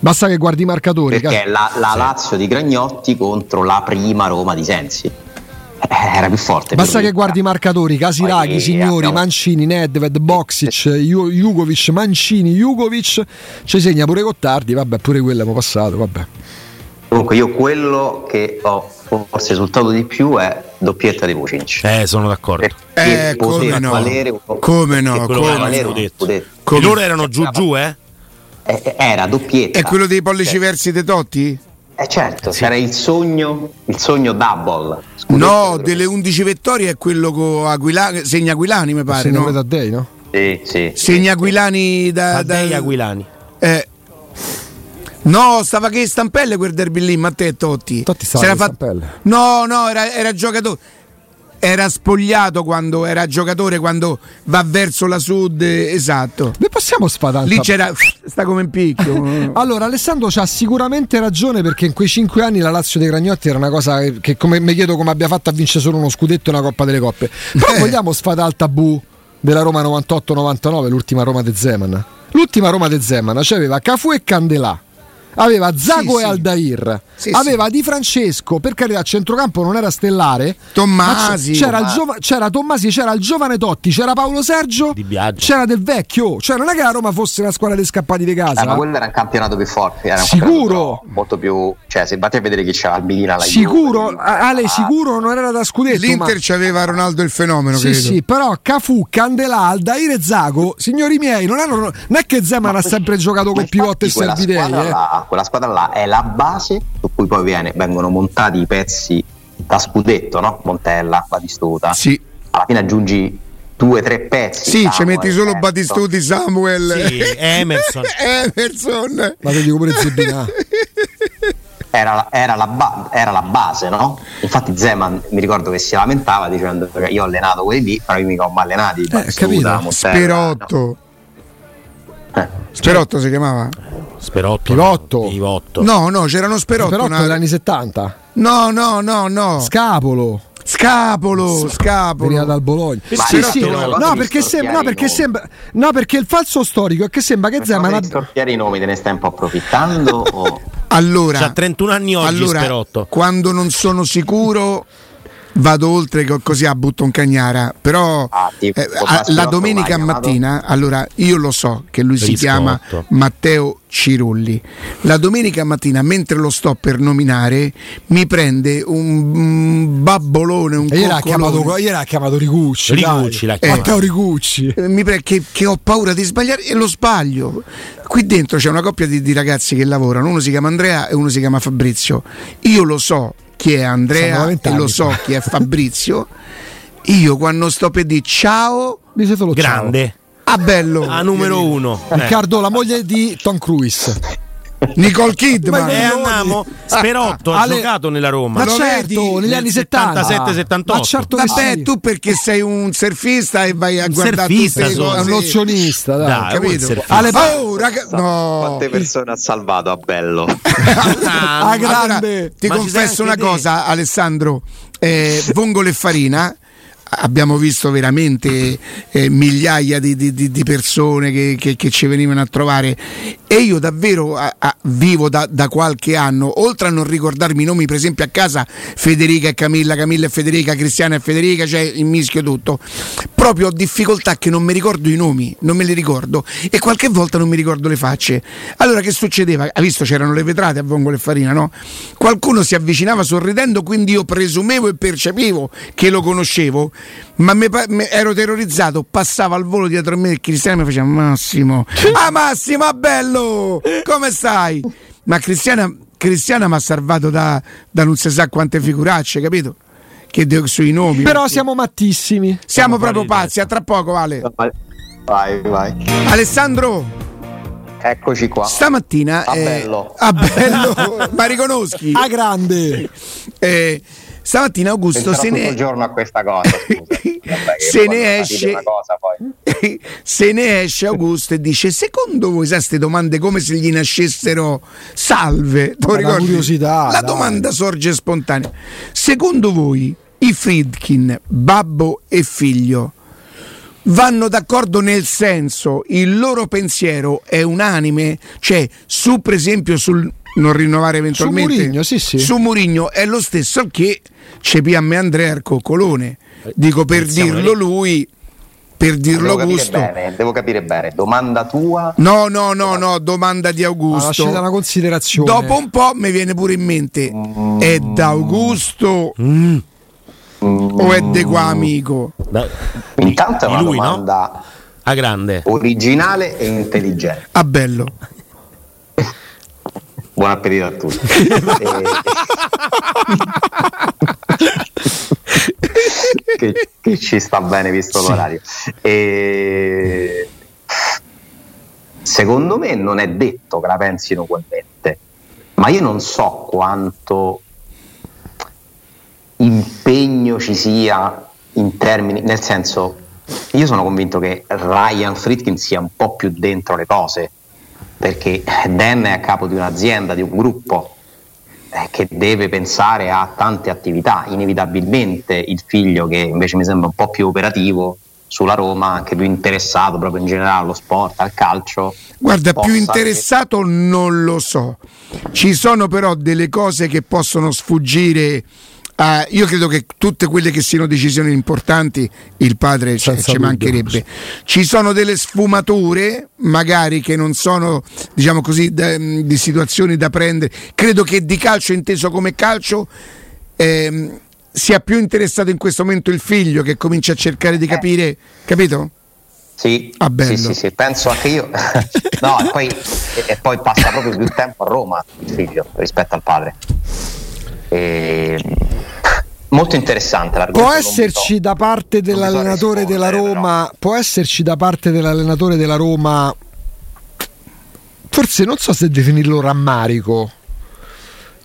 [SPEAKER 4] Basta che guardi i marcatori.
[SPEAKER 2] Perché la, la Lazio di Gragnotti contro la prima Roma di Sensi. Eh, Era più forte.
[SPEAKER 4] ca- Basta
[SPEAKER 2] più
[SPEAKER 4] che guardi i
[SPEAKER 2] ricca.
[SPEAKER 4] marcatori, Casiraghi,
[SPEAKER 2] Poi,
[SPEAKER 4] Signori,
[SPEAKER 2] abbiamo-
[SPEAKER 4] Mancini, Nedved, Boxic, Ju- Jugovic, Mancini, Jugovic, ci segna pure Gottardi, vabbè pure quello abbiamo passato, vabbè.
[SPEAKER 2] Comunque io quello che ho forse esultato di più è doppietta di Vucinic.
[SPEAKER 3] Eh, sono d'accordo.
[SPEAKER 2] Perché
[SPEAKER 1] Eh, come
[SPEAKER 2] poteva
[SPEAKER 1] no.
[SPEAKER 2] valere un-
[SPEAKER 1] Come no,
[SPEAKER 2] perché poteva
[SPEAKER 3] Quello che
[SPEAKER 1] come
[SPEAKER 2] valere
[SPEAKER 3] avevo
[SPEAKER 1] no.
[SPEAKER 2] uno
[SPEAKER 3] detto.
[SPEAKER 2] scudetto.
[SPEAKER 1] Come-
[SPEAKER 3] E loro erano giù giù, eh?
[SPEAKER 2] Eh, Era doppietta.
[SPEAKER 1] È quello dei pollici versi dei Totti?
[SPEAKER 2] Eh certo, c'era il sogno, il sogno double. Scudetto
[SPEAKER 1] No,
[SPEAKER 2] per-
[SPEAKER 1] delle 11 vittorie è quello con Aguilani, segna Aguilani mi pare,
[SPEAKER 4] Segna
[SPEAKER 1] no?
[SPEAKER 4] pure Taddei, no?
[SPEAKER 2] Sì, sì.
[SPEAKER 1] Segna Aguilani da... da-
[SPEAKER 3] Taddei Aquilani.
[SPEAKER 1] eh. No, stava che in stampelle quel derby lì, Matteo e Totti.
[SPEAKER 4] Totti stava
[SPEAKER 1] Si era
[SPEAKER 4] con
[SPEAKER 1] fatto-
[SPEAKER 4] Stampelle.
[SPEAKER 1] No, no, era, era giocatore. Era spogliato quando era giocatore, quando va verso la sud, eh, esatto.
[SPEAKER 4] Ne possiamo sfatare.
[SPEAKER 1] Lì c'era... Sta come in picchio.
[SPEAKER 4] Allora, Alessandro c'ha sicuramente ragione perché in quei cinque anni la Lazio dei Cragnotti era una cosa che- che come, mi chiedo come abbia fatto a vincere solo uno scudetto e una Coppa delle Coppe. Però
[SPEAKER 1] Eh.
[SPEAKER 4] vogliamo sfatare il tabù della Roma 98-99, l'ultima Roma de Zeman. L'ultima Roma de Zeman c'aveva Cafu e Candelà. Aveva Zago
[SPEAKER 1] Sì,
[SPEAKER 4] e
[SPEAKER 1] sì.
[SPEAKER 4] Aldair,
[SPEAKER 1] Sì,
[SPEAKER 4] aveva Di Francesco, per carità, a centrocampo non era stellare.
[SPEAKER 1] Tommasi.
[SPEAKER 4] ma c- c'era, il giova- c'era Tommasi, c'era il giovane Totti, c'era Paolo Sergio,
[SPEAKER 3] Di Biagio.
[SPEAKER 4] c'era Del Vecchio. Cioè, non è che la Roma fosse una squadra di scappati di casa.
[SPEAKER 2] Eh, ma quello era un campionato più forte. Era un
[SPEAKER 4] Sicuro?
[SPEAKER 2] campionato Molto più. Cioè, se vatti a vedere chi c'era al Milan, la Juve, ah,
[SPEAKER 4] Sicuro,
[SPEAKER 2] la-
[SPEAKER 4] Ale, sicuro non era da scudetto.
[SPEAKER 1] Eh, L'Inter
[SPEAKER 4] ma...
[SPEAKER 1] c'aveva Ronaldo il fenomeno,
[SPEAKER 4] Sì,
[SPEAKER 1] credo.
[SPEAKER 4] sì, però Cafu, Candelà, Aldair e Zago, signori miei, non, hanno- non è che Zeman ha sempre giocato
[SPEAKER 2] Ma
[SPEAKER 4] con
[SPEAKER 2] infatti
[SPEAKER 4] Pivot e
[SPEAKER 2] quella
[SPEAKER 4] Servidei.
[SPEAKER 2] squadra
[SPEAKER 4] eh.
[SPEAKER 2] là- quella squadra là è la base su cui poi viene- vengono montati i pezzi da scudetto, no? Montella, Batistuta.
[SPEAKER 1] Sì.
[SPEAKER 2] Alla fine aggiungi due, tre pezzi.
[SPEAKER 1] Sì, ci
[SPEAKER 2] Samuel, eh,
[SPEAKER 1] metti solo
[SPEAKER 2] Ernesto.
[SPEAKER 1] Battistuti, Samuel.
[SPEAKER 3] Sì, Emerson.
[SPEAKER 1] Emerson.
[SPEAKER 4] Ma te dico pure Zebina.
[SPEAKER 2] Era, la- era la ba- era la base, no? Infatti Zeman mi ricordo che si lamentava dicendo "Cioè, io ho allenato quelli lì, però io mica ho mai allenati. Batistuta,
[SPEAKER 4] Eh, capito.
[SPEAKER 2] Montella,
[SPEAKER 1] Sperotto.
[SPEAKER 2] no. Eh.
[SPEAKER 1] Sperotto si chiamava?
[SPEAKER 3] Sperotto.
[SPEAKER 4] Pivotto.
[SPEAKER 3] no, Pivotto.
[SPEAKER 1] No, no, c'erano Sperotto.
[SPEAKER 4] Però
[SPEAKER 1] una-
[SPEAKER 4] negli anni 70.
[SPEAKER 1] No, no, no, no.
[SPEAKER 4] Scapolo,
[SPEAKER 1] scapolo,
[SPEAKER 4] veniva
[SPEAKER 1] scapolo.
[SPEAKER 4] dal Bologna.
[SPEAKER 2] Ma
[SPEAKER 4] Sì,
[SPEAKER 2] esatto,
[SPEAKER 4] sì,
[SPEAKER 2] però-
[SPEAKER 4] No, perché sembra, no, perché sembra, no, perché il falso storico è che sembra
[SPEAKER 1] Eh,
[SPEAKER 4] che
[SPEAKER 2] Ma
[SPEAKER 4] Zeman
[SPEAKER 2] devi
[SPEAKER 4] abbia...
[SPEAKER 2] storpiare i nomi, te ne stai un po' approfittando? o...
[SPEAKER 1] Allora,
[SPEAKER 3] C'ha 31 anni oggi
[SPEAKER 1] Ah. allora, Oh,
[SPEAKER 3] Sperotto.
[SPEAKER 1] quando non sono sicuro vado oltre co- così a butto un cagnara, però
[SPEAKER 2] Ah, tipo,
[SPEAKER 1] eh,
[SPEAKER 2] Tommaso
[SPEAKER 1] a- la
[SPEAKER 2] Sperotto
[SPEAKER 1] domenica
[SPEAKER 2] mai
[SPEAKER 1] mattina, allora io lo so che lui si
[SPEAKER 3] Riscotto.
[SPEAKER 1] chiama Matteo Cirulli. La domenica mattina mentre lo sto per nominare mi prende un, un babbolone, un
[SPEAKER 4] E Ieri ha
[SPEAKER 1] coccolone.
[SPEAKER 4] chiamato, ieri ha chiamato Rigucci. dai.
[SPEAKER 3] Rigucci l'ha chiamato.
[SPEAKER 4] Matteo Rigucci.
[SPEAKER 1] Eh, mi pre- che, che ho paura di sbagliare e lo sbaglio. Qui dentro c'è una coppia di, di ragazzi che lavorano, uno si chiama Andrea e uno si chiama Fabrizio. Io lo so chi è
[SPEAKER 4] Sono
[SPEAKER 1] Andrea e
[SPEAKER 4] 90
[SPEAKER 1] lo
[SPEAKER 4] anni.
[SPEAKER 1] so chi è Fabrizio. Io quando sto per dire ciao,
[SPEAKER 4] Dice solo ciao.
[SPEAKER 3] Grande.
[SPEAKER 1] a bello.
[SPEAKER 3] A Ah, numero uno. Eh.
[SPEAKER 4] Riccardo, la moglie di Tom Cruise.
[SPEAKER 1] Nicole
[SPEAKER 4] Ma
[SPEAKER 3] E
[SPEAKER 1] Kidman.
[SPEAKER 4] è-
[SPEAKER 3] Eh, andiamo. Sperotto ha
[SPEAKER 4] Ale-
[SPEAKER 3] giocato nella Roma.
[SPEAKER 4] Ma
[SPEAKER 1] lo
[SPEAKER 4] certo,
[SPEAKER 1] vedi?
[SPEAKER 4] negli
[SPEAKER 3] Nel
[SPEAKER 4] anni 70.
[SPEAKER 3] 77-78.
[SPEAKER 4] Ma certo che
[SPEAKER 1] Vabbè,
[SPEAKER 4] sì.
[SPEAKER 1] tu perché sei un surfista e vai a guardare
[SPEAKER 3] surfista
[SPEAKER 1] tutte le
[SPEAKER 3] sono.
[SPEAKER 1] cose.
[SPEAKER 4] È un nozionista, dai.
[SPEAKER 3] Dai, vuol
[SPEAKER 1] Capito?
[SPEAKER 3] essere figo.
[SPEAKER 1] Ale, oh, raga- no.
[SPEAKER 2] Quante persone ha salvato a bello?
[SPEAKER 3] Ah,
[SPEAKER 4] Ah, grande.
[SPEAKER 1] Allora, ti
[SPEAKER 3] Ma ci sei anche
[SPEAKER 1] confesso una
[SPEAKER 3] te.
[SPEAKER 1] cosa, Alessandro. Eh, Vongole e Farina. Abbiamo visto veramente eh, migliaia di, di- di- di persone che, che- che ci venivano a trovare e io davvero a- a- vivo da, da qualche anno, oltre a non ricordarmi i nomi, per esempio a casa Federica e Camilla, Camilla e Federica, Cristiana e Federica, cioè il mischio tutto, proprio ho difficoltà che non mi ricordo i nomi, non me li ricordo e qualche volta non mi ricordo le facce. Allora che succedeva? Hai visto c'erano le vetrate a Vongole e Farina, no? Qualcuno si avvicinava sorridendo, quindi io presumevo e percepivo che lo conoscevo, ma me pa- me- ero terrorizzato, passava al volo dietro a me il Cristiano e mi faceva Massimo, ah Massimo, ah, bello, come stai? Ma Cristiana, Cristiana mi ha salvato da, da non si sa quante figuracce, capito? che de- sui nomi.
[SPEAKER 4] Però siamo mattissimi.
[SPEAKER 1] siamo
[SPEAKER 3] siamo
[SPEAKER 1] proprio
[SPEAKER 3] fuori di
[SPEAKER 1] pazzi, a tra poco vale.
[SPEAKER 2] Vai, vai.
[SPEAKER 1] Alessandro,
[SPEAKER 2] Eccoci qua.
[SPEAKER 1] stamattina...
[SPEAKER 2] A
[SPEAKER 1] eh,
[SPEAKER 2] Ah. bello. Ah.
[SPEAKER 1] a bello, ma riconoschi.
[SPEAKER 4] A grande.
[SPEAKER 1] Eh, stamattina Augusto
[SPEAKER 2] Penserò
[SPEAKER 1] se
[SPEAKER 2] tutto il
[SPEAKER 1] ne,
[SPEAKER 2] giorno a questa cosa. scusa. Vabbè, che
[SPEAKER 1] Se ne
[SPEAKER 2] quando capite
[SPEAKER 1] esce-
[SPEAKER 2] Una cosa, poi.
[SPEAKER 1] se ne esce Augusto e dice secondo voi sa queste domande come se gli nascessero salve te lo
[SPEAKER 4] Ma la
[SPEAKER 1] ricordi?
[SPEAKER 4] curiosità,
[SPEAKER 1] la
[SPEAKER 4] dai.
[SPEAKER 1] domanda sorge spontanea secondo voi i Friedkin babbo e figlio vanno d'accordo nel senso il loro pensiero è unanime cioè su per esempio sul non rinnovare eventualmente
[SPEAKER 4] Mourinho, sì, sì.
[SPEAKER 1] su Mourinho è lo stesso che CPM Andrea il coccolone dico per
[SPEAKER 3] Iniziamo
[SPEAKER 1] dirlo
[SPEAKER 3] lì.
[SPEAKER 1] lui per dirlo
[SPEAKER 2] Devo capire
[SPEAKER 1] Augusto
[SPEAKER 2] bene, devo capire bene. Domanda tua.
[SPEAKER 1] no no no no domanda di
[SPEAKER 4] Allora, ci dà una
[SPEAKER 1] Augusto
[SPEAKER 4] considerazione.
[SPEAKER 1] dopo un po' mi viene pure in mente è da Augusto o è de qua amico
[SPEAKER 3] Dai,
[SPEAKER 2] Intanto è
[SPEAKER 3] Di
[SPEAKER 2] una
[SPEAKER 3] lui, no?
[SPEAKER 2] domanda
[SPEAKER 3] a grande.
[SPEAKER 2] originale e intelligente.
[SPEAKER 1] a Ah, bello
[SPEAKER 2] Buon appetito a tutti. Eh, che, che ci sta bene visto l'orario. Eh, secondo me non è detto che la pensino ugualmente, ma io non so quanto impegno ci sia in termini, nel senso, io sono convinto che Ryan Fritkin sia un po' più dentro le cose, perché Dan è a capo di un'azienda, di un gruppo eh, che deve pensare a tante attività, inevitabilmente il figlio che invece mi sembra un po' più operativo sulla Roma, anche più interessato proprio in generale allo sport, al calcio.
[SPEAKER 1] Guarda,
[SPEAKER 2] possa
[SPEAKER 1] più interessato non lo so. Ci sono però delle cose che possono sfuggire. a- io credo che tutte quelle che siano decisioni importanti, il padre ci,
[SPEAKER 4] Senza
[SPEAKER 1] ci
[SPEAKER 4] dubbio.
[SPEAKER 1] mancherebbe. Ci sono delle sfumature, magari che non sono, diciamo così, da- di situazioni da prendere. Credo che di calcio inteso come calcio. ehm, sia più interessato in questo momento il figlio che comincia a cercare di capire, capito?
[SPEAKER 2] Sì,
[SPEAKER 1] Ah, bello.
[SPEAKER 2] sì, sì, sì, penso anche io. no, e poi, e poi passa proprio più tempo a Roma il figlio rispetto al padre. E- molto interessante l'argomento.
[SPEAKER 4] Può
[SPEAKER 2] non mi
[SPEAKER 4] esserci
[SPEAKER 2] so-
[SPEAKER 4] da parte
[SPEAKER 2] mi so
[SPEAKER 4] dell'allenatore della
[SPEAKER 2] rispondere,
[SPEAKER 4] Roma, può esserci da parte dell'allenatore della Roma, forse non so se definirlo rammarico,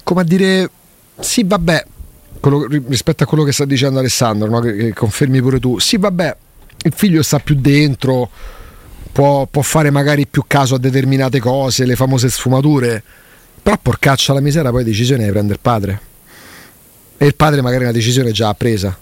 [SPEAKER 4] come a dire, sì vabbè, quello- ri- rispetto a quello che sta dicendo Alessandro, no? che, che confermi pure tu, sì vabbè, il figlio sta più dentro, può, può fare magari più caso a determinate cose, le famose sfumature, però porcaccia la misera poi decisione di prendere il padre. E il padre magari una decisione già presa.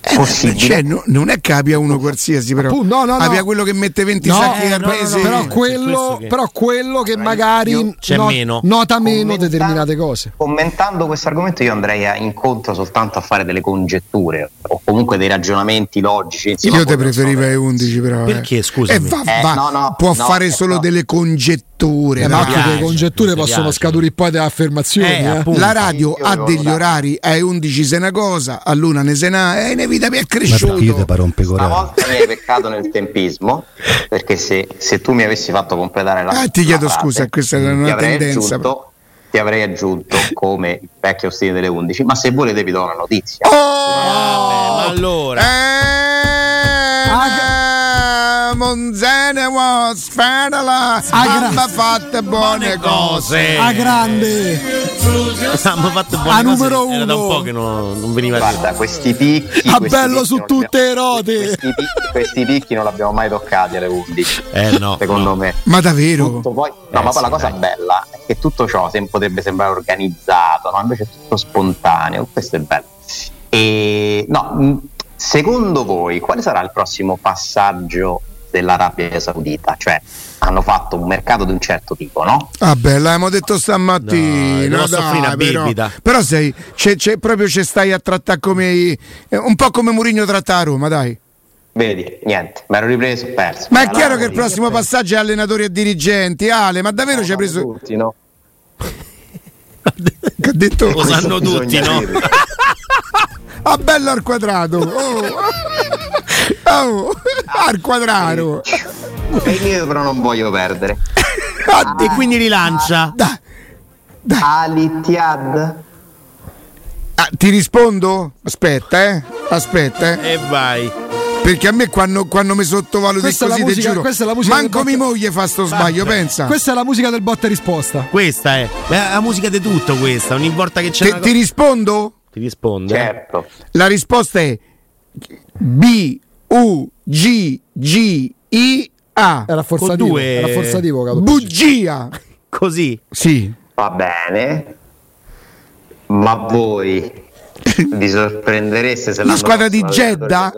[SPEAKER 1] Eh,
[SPEAKER 2] Possibile.
[SPEAKER 1] cioè, no- non è che abbia uno qualsiasi, però
[SPEAKER 4] Appunto, no, no, no.
[SPEAKER 1] abbia quello che mette 20 sacchi
[SPEAKER 3] eh,
[SPEAKER 1] al
[SPEAKER 3] no, no,
[SPEAKER 1] paese.
[SPEAKER 3] no,
[SPEAKER 4] però,
[SPEAKER 3] sì,
[SPEAKER 4] quello,
[SPEAKER 3] questo che-
[SPEAKER 4] però quello che magari
[SPEAKER 3] C'è
[SPEAKER 4] no-
[SPEAKER 3] meno.
[SPEAKER 4] nota meno
[SPEAKER 2] Commenta-
[SPEAKER 4] determinate cose.
[SPEAKER 2] Commentando questo argomento io andrei a incontro soltanto a fare delle congetture o comunque dei ragionamenti logici. insieme a
[SPEAKER 1] Io te
[SPEAKER 2] voi, non so,
[SPEAKER 1] preferivo
[SPEAKER 2] eh.
[SPEAKER 1] ai 11, però. eh.
[SPEAKER 3] Perché, scusami?
[SPEAKER 1] Eh, va-
[SPEAKER 2] Eh,
[SPEAKER 1] va,
[SPEAKER 2] no, no,
[SPEAKER 1] può
[SPEAKER 2] no,
[SPEAKER 1] fare
[SPEAKER 2] eh,
[SPEAKER 1] solo
[SPEAKER 2] no.
[SPEAKER 1] delle congetture.
[SPEAKER 4] Eh,
[SPEAKER 1] dai.
[SPEAKER 4] ma
[SPEAKER 3] piace,
[SPEAKER 4] anche le congetture
[SPEAKER 3] mi piace.
[SPEAKER 4] possono scaturire poi delle affermazioni.
[SPEAKER 3] Eh,
[SPEAKER 4] eh.
[SPEAKER 3] appunto.
[SPEAKER 1] La radio
[SPEAKER 2] Io
[SPEAKER 1] ha
[SPEAKER 2] devo
[SPEAKER 1] degli
[SPEAKER 2] lavorare.
[SPEAKER 1] orari, ai 11 se una cosa, all'una ne se n'ha, è inevitabile, è cresciuto.
[SPEAKER 5] perché io te paro un pecoraro?
[SPEAKER 2] Stavolta mi hai peccato nel tempismo, perché se, se tu mi avessi fatto completare la
[SPEAKER 1] Ah, ti chiedo
[SPEAKER 2] la frase,
[SPEAKER 1] scusa, questa era una
[SPEAKER 2] ti avrei
[SPEAKER 1] tendenza.
[SPEAKER 2] Aggiunto, ti avrei aggiunto come il vecchio stile delle 11, ma se volete vi do una notizia.
[SPEAKER 1] Oh!
[SPEAKER 3] Vabbè, Eh, ma allora.
[SPEAKER 1] Eh, Monzene was fedela,
[SPEAKER 4] gra-
[SPEAKER 1] ha fatto buone cose.
[SPEAKER 3] Eh.
[SPEAKER 4] A Ah, grande,
[SPEAKER 3] Hanno fatto buone cose,
[SPEAKER 4] A numero
[SPEAKER 3] Era da un
[SPEAKER 4] uno.
[SPEAKER 3] po' che non, non veniva
[SPEAKER 2] Guarda, questi picchi...
[SPEAKER 4] A
[SPEAKER 2] questi
[SPEAKER 4] bello
[SPEAKER 2] picchi
[SPEAKER 4] su
[SPEAKER 2] non li abbiamo-
[SPEAKER 4] tutte le rote.
[SPEAKER 2] Questi picchi, questi picchi non li abbiamo mai toccati alle 11,
[SPEAKER 3] Eh, no,
[SPEAKER 2] secondo
[SPEAKER 3] no.
[SPEAKER 2] me.
[SPEAKER 1] Ma davvero?
[SPEAKER 2] Tutto poi- no,
[SPEAKER 3] Eh,
[SPEAKER 2] ma
[SPEAKER 3] sì,
[SPEAKER 2] poi la cosa
[SPEAKER 3] dai.
[SPEAKER 2] bella è che tutto ciò sem- potrebbe sembrare organizzato, no? invece è tutto spontaneo, questo è bello. E, no, mh, secondo voi quale sarà il prossimo passaggio dell'Arabia Saudita? Cioè, hanno fatto un mercato di un certo tipo, no?
[SPEAKER 1] Ah beh, l'abbiamo detto
[SPEAKER 3] Dai,
[SPEAKER 1] stamattina.
[SPEAKER 3] devo soffrire
[SPEAKER 1] dai,
[SPEAKER 3] a
[SPEAKER 1] però,
[SPEAKER 3] bibita.
[SPEAKER 1] però sei, c'è, c'è- proprio ci stai a trattare come. i- eh, un po' come Mourinho tratta a Roma, dai.
[SPEAKER 2] Vedi, niente, mi ero ripreso, perso.
[SPEAKER 1] Ma è
[SPEAKER 2] Allora,
[SPEAKER 1] chiaro che il
[SPEAKER 2] voglio dire,
[SPEAKER 1] prossimo passaggio è allenatori e dirigenti. Ale, ma davvero ci hai preso.
[SPEAKER 2] tutti, no?
[SPEAKER 1] Che ha detto.
[SPEAKER 3] Lo sanno
[SPEAKER 2] Questo
[SPEAKER 3] tutti,
[SPEAKER 2] bisogna
[SPEAKER 3] no?
[SPEAKER 2] dirlo.
[SPEAKER 1] A bello al quadrato. Oh. Oh, Al quadrato.
[SPEAKER 2] E io però non voglio perdere.
[SPEAKER 1] Ah,
[SPEAKER 3] E quindi rilancia.
[SPEAKER 1] dai,
[SPEAKER 2] Al Ittihad
[SPEAKER 1] Ah, ti rispondo? Aspetta, eh. Aspetta, eh.
[SPEAKER 5] E vai.
[SPEAKER 1] Perché a me quando, quando mi sottovaluti
[SPEAKER 4] Questa è la
[SPEAKER 1] così, ti
[SPEAKER 4] musica-
[SPEAKER 1] giuro,
[SPEAKER 4] questa è la musica
[SPEAKER 1] manco
[SPEAKER 4] del
[SPEAKER 1] mia
[SPEAKER 4] botte-
[SPEAKER 1] moglie fa sto sbaglio, pensa.
[SPEAKER 4] Questa è la musica del botta e risposta.
[SPEAKER 5] Questa è la, la musica di tutto questa, ogni volta che c'è
[SPEAKER 1] Te-
[SPEAKER 5] una
[SPEAKER 1] ti
[SPEAKER 5] cosa-
[SPEAKER 1] rispondo?
[SPEAKER 3] Ti
[SPEAKER 5] eh?
[SPEAKER 3] risponde?
[SPEAKER 2] Certo.
[SPEAKER 1] La risposta è B U G G I A.
[SPEAKER 4] Era forzativo.
[SPEAKER 5] due-
[SPEAKER 4] Era forzativo, Cato.
[SPEAKER 1] Bugia.
[SPEAKER 5] così.
[SPEAKER 1] Sì.
[SPEAKER 2] Va bene. Ma voi vi sorprendereste se
[SPEAKER 1] La
[SPEAKER 2] l'anno
[SPEAKER 1] squadra di
[SPEAKER 2] prossimo
[SPEAKER 1] Jeddah?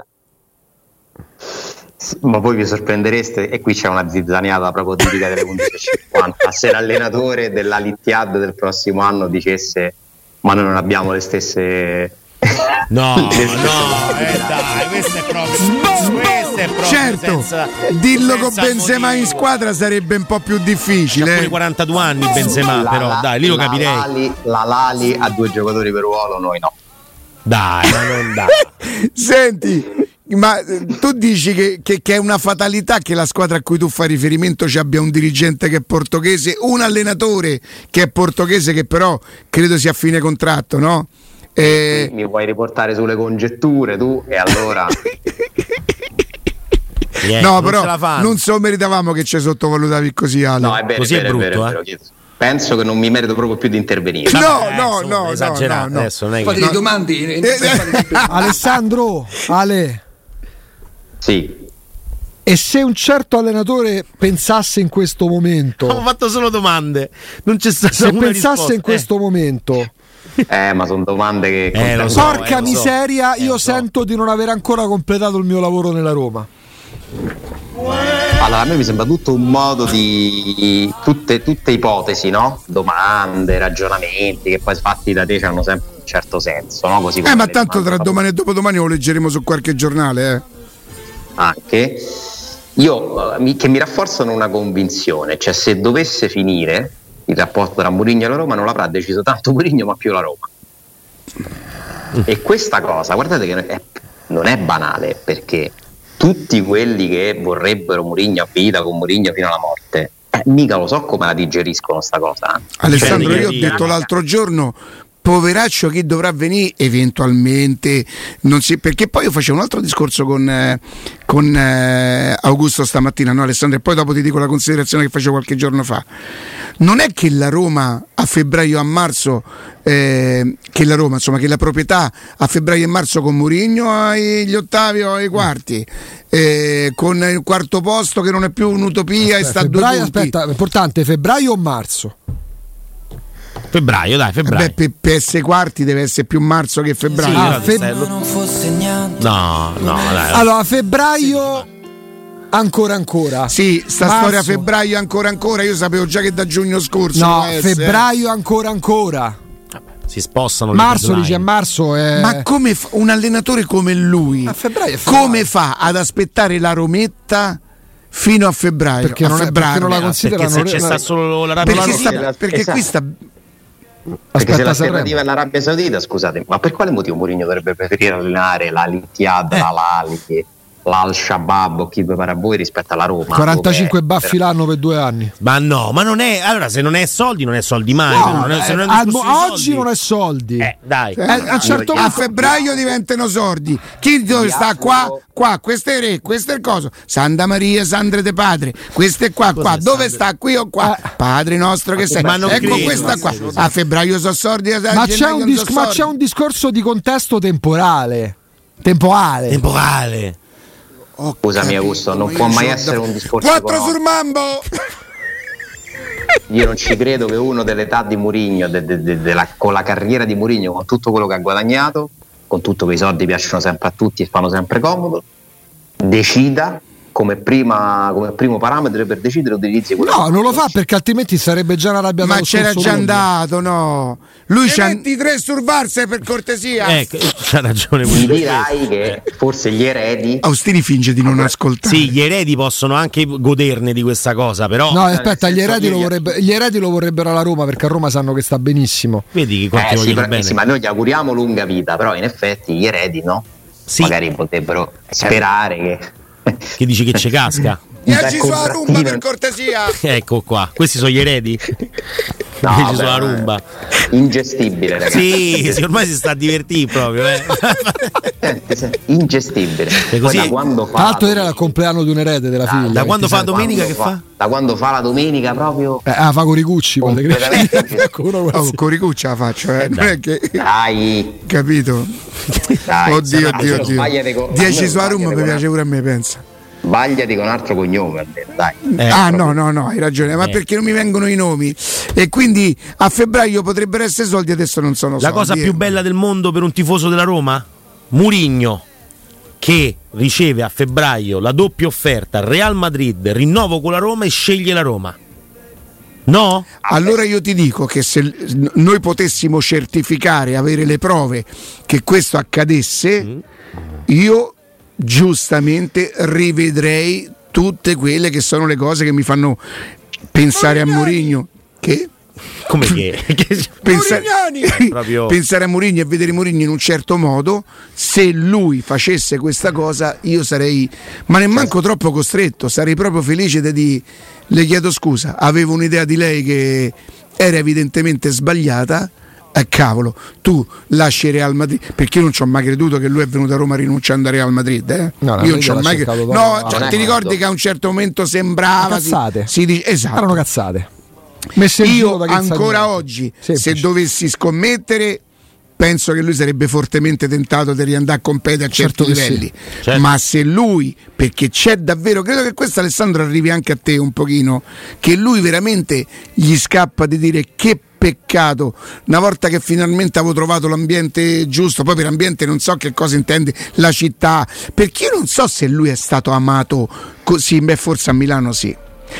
[SPEAKER 2] Sì, Ma voi vi sorprendereste, e qui c'è una zizzaniata proprio tipica delle 11.50, se l'allenatore della Littiad del prossimo anno dicesse ma noi non abbiamo le stesse...
[SPEAKER 5] No, no, eh dai, questa è proprio questa è proprio
[SPEAKER 1] Certo,
[SPEAKER 5] senza-
[SPEAKER 1] dillo con
[SPEAKER 5] senza
[SPEAKER 1] Benzema in
[SPEAKER 5] motivo.
[SPEAKER 1] squadra sarebbe un po' più
[SPEAKER 5] C'ha pure
[SPEAKER 1] difficile.
[SPEAKER 5] 42 anni Benzema,
[SPEAKER 2] La-
[SPEAKER 5] però
[SPEAKER 2] la-
[SPEAKER 5] dai, lì lo
[SPEAKER 2] la
[SPEAKER 5] capirei.
[SPEAKER 2] Lali- la Lali ha due giocatori per ruolo, noi no.
[SPEAKER 5] Dai, ma non dai.
[SPEAKER 1] Senti, ma eh, tu dici che, che- che è una fatalità che la squadra a cui tu fai riferimento ci abbia un dirigente che è portoghese, un allenatore che è portoghese, che però credo sia a fine contratto, no? Eh,
[SPEAKER 2] Mi vuoi riportare sulle congetture tu e allora...
[SPEAKER 5] Niente,
[SPEAKER 1] no,
[SPEAKER 5] Eh, non
[SPEAKER 1] però
[SPEAKER 5] ce la fanno.
[SPEAKER 1] non so meritavamo che ci sottovalutavi così, Ale.
[SPEAKER 2] No, è vero,
[SPEAKER 5] Così
[SPEAKER 2] è
[SPEAKER 5] è
[SPEAKER 2] vero, vero,
[SPEAKER 5] brutto,
[SPEAKER 2] vero, vero. Penso che non mi merito proprio più di intervenire.
[SPEAKER 1] No,
[SPEAKER 5] Eh,
[SPEAKER 1] no,
[SPEAKER 5] insomma,
[SPEAKER 1] no, no,
[SPEAKER 5] esagerato,
[SPEAKER 1] no, no.
[SPEAKER 5] adesso non è che
[SPEAKER 6] Fate le domande. eh,
[SPEAKER 1] Eh,
[SPEAKER 6] fate-
[SPEAKER 4] Alessandro, Ale,
[SPEAKER 2] Sì.
[SPEAKER 4] e se un certo allenatore pensasse in questo
[SPEAKER 5] Ho
[SPEAKER 4] momento,
[SPEAKER 5] fatto solo domande. Non c'è stata
[SPEAKER 4] se
[SPEAKER 5] una
[SPEAKER 4] pensasse
[SPEAKER 5] risposta.
[SPEAKER 3] eh.
[SPEAKER 4] in questo momento,
[SPEAKER 2] Eh, ma sono domande che...
[SPEAKER 5] Eh, lo so,
[SPEAKER 4] porca
[SPEAKER 5] eh, lo so,
[SPEAKER 4] miseria,
[SPEAKER 5] eh,
[SPEAKER 4] io
[SPEAKER 5] lo so.
[SPEAKER 4] sento di non aver ancora completato il mio lavoro nella Roma.
[SPEAKER 5] eh.
[SPEAKER 2] Allora, a me mi sembra tutto un modo di. tutte, tutte ipotesi, no? Domande, ragionamenti che poi fatti da te hanno sempre un certo senso, no? Così
[SPEAKER 1] Eh,
[SPEAKER 2] come
[SPEAKER 1] ma
[SPEAKER 2] le
[SPEAKER 1] tanto tra
[SPEAKER 2] domande
[SPEAKER 1] domani e dopodomani lo leggeremo su qualche giornale, eh.
[SPEAKER 2] anche io, eh, mi- che mi rafforzano una convinzione, cioè se dovesse finire il rapporto tra Mourinho e la Roma non l'avrà deciso tanto Mourinho ma più la Roma. E questa cosa, guardate che è- non è banale perché tutti quelli che vorrebbero Mourinho a vita con Mourinho fino alla morte, eh, mica lo so come la digeriscono sta cosa. eh.
[SPEAKER 1] Alessandro,
[SPEAKER 5] Cioè,
[SPEAKER 1] io ho
[SPEAKER 5] dica-
[SPEAKER 1] detto l'altro giorno. Poveraccio chi dovrà venire eventualmente, non si- perché poi io facevo un altro discorso con, eh, con, eh, Augusto stamattina, no Alessandro, e poi dopo ti dico la considerazione che facevo qualche giorno fa. Non è che la Roma a febbraio a marzo, eh, che la Roma, insomma, che la proprietà a febbraio e marzo con Mourinho agli ottavi o ai quarti, eh, con il quarto posto che non è più un'utopia e sta a due
[SPEAKER 4] Febbraio,
[SPEAKER 1] punti.
[SPEAKER 4] aspetta, è importante, febbraio o marzo?
[SPEAKER 5] Febbraio, dai, febbraio.
[SPEAKER 1] Eh Beh, per, per essere quarti deve essere più marzo che febbraio.
[SPEAKER 5] Sì,
[SPEAKER 1] Ah,
[SPEAKER 5] no,
[SPEAKER 4] feb-
[SPEAKER 5] lo- No, no,
[SPEAKER 2] Eh.
[SPEAKER 5] dai.
[SPEAKER 4] Allora, febbraio ancora ancora.
[SPEAKER 1] sì, sta
[SPEAKER 4] Marzo.
[SPEAKER 1] storia febbraio ancora ancora, io sapevo già che da giugno scorso.
[SPEAKER 4] No,
[SPEAKER 1] doveva essere.
[SPEAKER 4] febbraio ancora ancora.
[SPEAKER 5] Si spostano le
[SPEAKER 4] Marzo
[SPEAKER 5] deadline.
[SPEAKER 4] dice marzo è
[SPEAKER 1] Ma come fa- un allenatore come lui,
[SPEAKER 4] A febbraio è febbraio.
[SPEAKER 1] come fa ad aspettare la Rometta fino a febbraio?
[SPEAKER 4] perché
[SPEAKER 1] a
[SPEAKER 4] non, è, perché
[SPEAKER 1] febbraio?
[SPEAKER 4] non la
[SPEAKER 5] Perché
[SPEAKER 4] considerano
[SPEAKER 5] se c'è sta solo la rabbia
[SPEAKER 1] Perché
[SPEAKER 5] la-
[SPEAKER 1] sta-
[SPEAKER 2] Esatto.
[SPEAKER 1] perché qui sta
[SPEAKER 2] Perché se
[SPEAKER 4] Aspetta,
[SPEAKER 2] l'alternativa è l'Arabia Saudita, scusate, ma per quale motivo Mourinho dovrebbe preferire allenare la
[SPEAKER 4] Eh.
[SPEAKER 2] Litiad, la Lali, l'Al Shabaab o chi vi pare a voi rispetto alla Roma?
[SPEAKER 4] 45
[SPEAKER 2] Dove-
[SPEAKER 4] baffi l'anno per due anni.
[SPEAKER 5] Ma no, ma non è. Allora, se non è soldi, non è soldi mai. non è- se non è
[SPEAKER 4] eh, Al-
[SPEAKER 5] discorso di
[SPEAKER 4] oggi
[SPEAKER 5] soldi-
[SPEAKER 4] non è soldi.
[SPEAKER 5] Eh, dai.
[SPEAKER 1] Eh,
[SPEAKER 4] a un certo
[SPEAKER 1] a
[SPEAKER 4] punto-
[SPEAKER 1] febbraio diventano sordi. Chi dove sta qua? Qua, questo è il re, questo è il coso. Santa Maria, Sandre de Padre, questo è qua, qua. Dove sta? Qui o qua?
[SPEAKER 4] Eh.
[SPEAKER 1] Padre nostro che sei.
[SPEAKER 5] ma non
[SPEAKER 1] ecco
[SPEAKER 5] credo,
[SPEAKER 1] questa
[SPEAKER 5] ma
[SPEAKER 1] qua. A febbraio sono sordi. a
[SPEAKER 4] Ma,
[SPEAKER 1] gennaio
[SPEAKER 4] c'è un
[SPEAKER 1] non
[SPEAKER 4] dis-
[SPEAKER 1] so
[SPEAKER 4] ma
[SPEAKER 1] sordi.
[SPEAKER 4] c'è un discorso di contesto temporale. Temporale.
[SPEAKER 5] Temporale.
[SPEAKER 1] Oh,
[SPEAKER 2] Scusami,
[SPEAKER 1] capito,
[SPEAKER 2] Augusto, non
[SPEAKER 1] ma
[SPEAKER 2] può
[SPEAKER 1] io
[SPEAKER 2] mai
[SPEAKER 1] c'ho
[SPEAKER 2] essere
[SPEAKER 1] da-
[SPEAKER 2] un discorso
[SPEAKER 1] Quattro
[SPEAKER 2] economico.
[SPEAKER 1] sul mambo!
[SPEAKER 2] Io non ci credo che uno dell'età di Mourinho, de- de- de- della- con la carriera di Mourinho, con tutto quello che ha guadagnato, con tutto che i soldi piacciono sempre a tutti e fanno sempre comodo, decida come, prima- come primo parametro per decidere utilizzi quello.
[SPEAKER 4] No, non lo fa perché altrimenti sarebbe già una rabbia
[SPEAKER 1] Ma
[SPEAKER 4] dallo
[SPEAKER 1] c'era
[SPEAKER 4] scorso
[SPEAKER 1] già
[SPEAKER 4] mondo.
[SPEAKER 1] andato, no. Lui c'ha
[SPEAKER 4] metti
[SPEAKER 1] 23 surbarse per cortesia.
[SPEAKER 5] Ecco, c'ha ragione
[SPEAKER 2] Mi
[SPEAKER 5] quello.
[SPEAKER 2] dirai che forse gli eredi
[SPEAKER 1] Austini finge di non ascoltare.
[SPEAKER 5] Sì, gli eredi possono anche goderne di questa cosa, però.
[SPEAKER 4] No, aspetta,
[SPEAKER 2] nel
[SPEAKER 4] gli
[SPEAKER 2] senso
[SPEAKER 4] eredi,
[SPEAKER 2] che
[SPEAKER 4] lo
[SPEAKER 2] gli-
[SPEAKER 3] eh.
[SPEAKER 4] vorrebbe- gli eredi lo vorrebbero alla Roma perché a Roma sanno che sta benissimo.
[SPEAKER 5] Vedi che
[SPEAKER 2] Eh,
[SPEAKER 5] quanti
[SPEAKER 2] sì,
[SPEAKER 5] vogliono
[SPEAKER 2] però-
[SPEAKER 5] bene.
[SPEAKER 2] sì, ma noi gli auguriamo lunga vita, però in effetti gli eredi no.
[SPEAKER 5] Sì.
[SPEAKER 2] Magari potrebbero sperare che.
[SPEAKER 5] Che dici che ci casca?
[SPEAKER 2] Dal Ecco.
[SPEAKER 1] Viaggi sulla
[SPEAKER 2] contrattino-
[SPEAKER 1] rumba per cortesia.
[SPEAKER 5] Ecco qua, questi sono gli eredi.
[SPEAKER 2] No,
[SPEAKER 3] invece
[SPEAKER 2] beh,
[SPEAKER 3] sulla
[SPEAKER 2] ma-
[SPEAKER 3] rumba.
[SPEAKER 2] Ingestibile, ragazzi.
[SPEAKER 3] Sì, sì, ormai si sta a divertire proprio. eh.
[SPEAKER 2] Senti, senti, Ingestibile. Poi
[SPEAKER 3] così-
[SPEAKER 2] da quando fa
[SPEAKER 4] Tra
[SPEAKER 2] la
[SPEAKER 4] l'altro era il
[SPEAKER 2] domenica-
[SPEAKER 4] compleanno di un erede della figlia.
[SPEAKER 3] Ah, da quando
[SPEAKER 4] che
[SPEAKER 3] fa
[SPEAKER 4] ti sa-
[SPEAKER 3] domenica che fa?
[SPEAKER 2] quando Da quando fa la domenica proprio.
[SPEAKER 4] Eh, ah, fa con Ricucci. quando
[SPEAKER 2] Completamente
[SPEAKER 4] cresce.
[SPEAKER 2] ingestibile.
[SPEAKER 4] Qualcuno-
[SPEAKER 1] Oh, Coricuccia la faccio,
[SPEAKER 2] Ecco.
[SPEAKER 1] eh. Non è che.
[SPEAKER 2] Dai,
[SPEAKER 1] Capito?
[SPEAKER 3] Ah,
[SPEAKER 2] dai.
[SPEAKER 1] oddio,
[SPEAKER 2] Sennò-
[SPEAKER 1] oddio,
[SPEAKER 2] sbagliate
[SPEAKER 1] oddio.
[SPEAKER 2] con-
[SPEAKER 1] 10
[SPEAKER 2] almeno
[SPEAKER 1] su Arum
[SPEAKER 2] sbagliate
[SPEAKER 1] mi
[SPEAKER 2] con-
[SPEAKER 1] piace pure a me, pensa.
[SPEAKER 2] Sbagliati con un altro cognome, almeno, dai.
[SPEAKER 3] Eh.
[SPEAKER 1] ah no, no, no, hai ragione, ma perché non mi vengono i nomi? E quindi a febbraio potrebbero essere soldi, adesso non sono
[SPEAKER 3] La
[SPEAKER 1] soldi.
[SPEAKER 3] cosa
[SPEAKER 1] eh.
[SPEAKER 3] più bella del mondo per un tifoso della Roma? Murigno che riceve a febbraio la doppia offerta Real Madrid, rinnovo con la Roma e sceglie la Roma. No?
[SPEAKER 1] Allora io ti dico che se l- noi potessimo certificare, avere le prove che questo accadesse,
[SPEAKER 3] Mm.
[SPEAKER 1] io giustamente rivedrei tutte quelle che sono le cose che mi fanno pensare a Mourinho. Che?
[SPEAKER 3] Come che? che-
[SPEAKER 1] Pensa-
[SPEAKER 3] Proprio-
[SPEAKER 1] pensare a Mourinho e vedere Mourinho in un certo modo, se lui facesse questa cosa, io sarei, ma neanche troppo costretto, sarei proprio felice di- di le chiedo scusa. Avevo un'idea di lei che era evidentemente sbagliata. Eh, cavolo, tu lasci il Real Madrid perché io non ci ho mai creduto che lui è venuto a Roma rinunciando a Real Madrid. eh.
[SPEAKER 4] No, no,
[SPEAKER 1] io non
[SPEAKER 4] Mourinho
[SPEAKER 1] ci ho
[SPEAKER 4] l'ha
[SPEAKER 1] mai
[SPEAKER 4] cercato
[SPEAKER 1] creduto.
[SPEAKER 4] dopo-
[SPEAKER 1] No,
[SPEAKER 4] Ah,
[SPEAKER 1] cioè,
[SPEAKER 2] non è
[SPEAKER 1] ti ricordi
[SPEAKER 2] morto.
[SPEAKER 1] che a un certo momento sembrava si-
[SPEAKER 4] Cazzate.
[SPEAKER 1] si dice esatto.
[SPEAKER 4] Erano cazzate. Messe in
[SPEAKER 1] Io
[SPEAKER 4] giro da cazzagna.
[SPEAKER 1] ancora oggi,
[SPEAKER 4] Semplice.
[SPEAKER 1] se dovessi scommettere, penso che lui sarebbe fortemente tentato di riandare a competere a
[SPEAKER 4] Certo
[SPEAKER 1] certi
[SPEAKER 4] che sì.
[SPEAKER 1] livelli.
[SPEAKER 3] Certo.
[SPEAKER 1] Ma se lui, perché c'è davvero, credo che questo Alessandro arrivi anche a te un pochino, che lui veramente gli scappa di dire che peccato, una volta che finalmente avevo trovato l'ambiente giusto, poi per ambiente non so che cosa intende la città, perché io non so se lui è stato amato così, beh forse a Milano sì.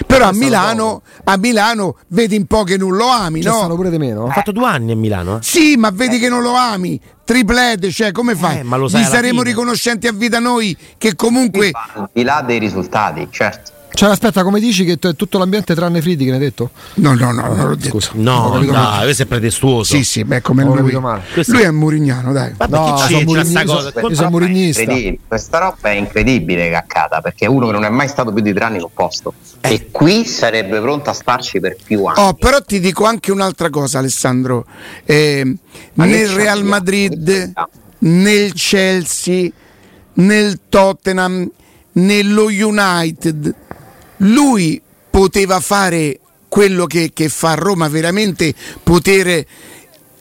[SPEAKER 1] Però a Milano, a Milano vedi un po' che non lo ami,
[SPEAKER 4] Ci stanno
[SPEAKER 1] no?
[SPEAKER 4] pure di meno.
[SPEAKER 3] Ha fatto due anni a Milano. eh? Eh,
[SPEAKER 1] Sì, ma vedi che non lo ami. Triplete, cioè, come fai?
[SPEAKER 3] ma lo sai
[SPEAKER 1] Gli
[SPEAKER 3] alla
[SPEAKER 1] saremo
[SPEAKER 3] fine. Eh,
[SPEAKER 1] riconoscenti a vita noi che comunque
[SPEAKER 2] Al di là dei risultati, certo.
[SPEAKER 4] Cioè, aspetta, come dici che t- è tutto l'ambiente tranne Fridi che ne hai detto?
[SPEAKER 1] No, no, no, non l'ho detto.
[SPEAKER 4] Ah, Scusa.
[SPEAKER 3] No,
[SPEAKER 1] capito
[SPEAKER 3] dai, questo è pretestuoso.
[SPEAKER 1] Sì, sì, beh, come
[SPEAKER 4] Ho
[SPEAKER 1] lui.
[SPEAKER 4] capito male.
[SPEAKER 3] Questo-
[SPEAKER 1] Lui è un Murignano, dai.
[SPEAKER 3] Ma
[SPEAKER 4] No,
[SPEAKER 3] perché
[SPEAKER 4] sono
[SPEAKER 3] c'è c'è
[SPEAKER 4] Mourinho-
[SPEAKER 3] sta cosa?
[SPEAKER 4] sono- Io
[SPEAKER 2] Questa
[SPEAKER 4] sono
[SPEAKER 2] roba è
[SPEAKER 4] mourinista.
[SPEAKER 2] incredibile, Questa roba è incredibile che accada perché è uno che non è mai stato più di tre anni in un posto e qui sarebbe pronto a starci per più anni.
[SPEAKER 1] Oh, però ti dico anche un'altra cosa, Alessandro. Eh,
[SPEAKER 2] Ma che
[SPEAKER 1] nel
[SPEAKER 2] c'è?
[SPEAKER 1] Real Madrid,
[SPEAKER 2] Ah.
[SPEAKER 1] nel Chelsea, nel Tottenham, nello United, lui poteva fare quello che, che fa a Roma, veramente poter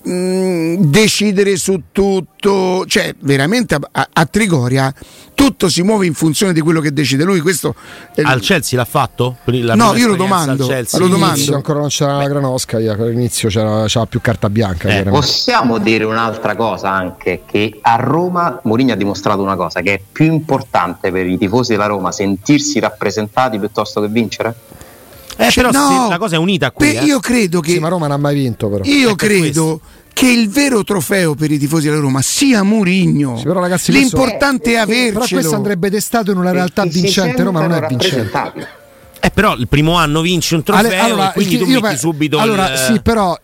[SPEAKER 1] mh, decidere su tutto, cioè veramente a, a- a Trigoria tutto si muove in funzione di quello che decide lui. Questo eh,
[SPEAKER 3] Al Chelsea l'ha fatto? La
[SPEAKER 1] No, io
[SPEAKER 3] prima
[SPEAKER 1] lo
[SPEAKER 3] esperienza al
[SPEAKER 1] domando,
[SPEAKER 3] Chelsea?
[SPEAKER 1] lo domando.
[SPEAKER 4] All'inizio ancora non c'era la Granosca, all'inizio c'era, c'era più carta bianca.
[SPEAKER 3] Eh,
[SPEAKER 4] chiaramente.
[SPEAKER 2] Possiamo dire un'altra cosa anche che a Roma Mourinho ha dimostrato una cosa che è più importante per i tifosi della Roma sentirsi rappresentati piuttosto che vincere?
[SPEAKER 3] Eh, però
[SPEAKER 1] Cioè,
[SPEAKER 3] se
[SPEAKER 1] no,
[SPEAKER 3] la cosa è unita qui.
[SPEAKER 1] beh,
[SPEAKER 3] eh.
[SPEAKER 1] Io credo che
[SPEAKER 4] Sì, ma Roma non ha mai vinto però.
[SPEAKER 1] Io
[SPEAKER 3] Ecco
[SPEAKER 1] credo che il vero trofeo per i tifosi della Roma sia Murigno.
[SPEAKER 4] Sì, però, ragazzi, questo-
[SPEAKER 1] L'importante è
[SPEAKER 4] Però questo
[SPEAKER 1] avercelo.
[SPEAKER 4] andrebbe testato in una realtà
[SPEAKER 2] Che si
[SPEAKER 4] vincente, Roma non è
[SPEAKER 2] sentono
[SPEAKER 4] vincente.
[SPEAKER 2] rappresentati.
[SPEAKER 3] Eh, però il primo anno vinci un trofeo
[SPEAKER 4] Ale-
[SPEAKER 3] e quindi
[SPEAKER 4] il-
[SPEAKER 3] tu
[SPEAKER 4] io
[SPEAKER 3] metti
[SPEAKER 4] pe-
[SPEAKER 3] subito
[SPEAKER 4] allora,
[SPEAKER 3] il...
[SPEAKER 4] sì, però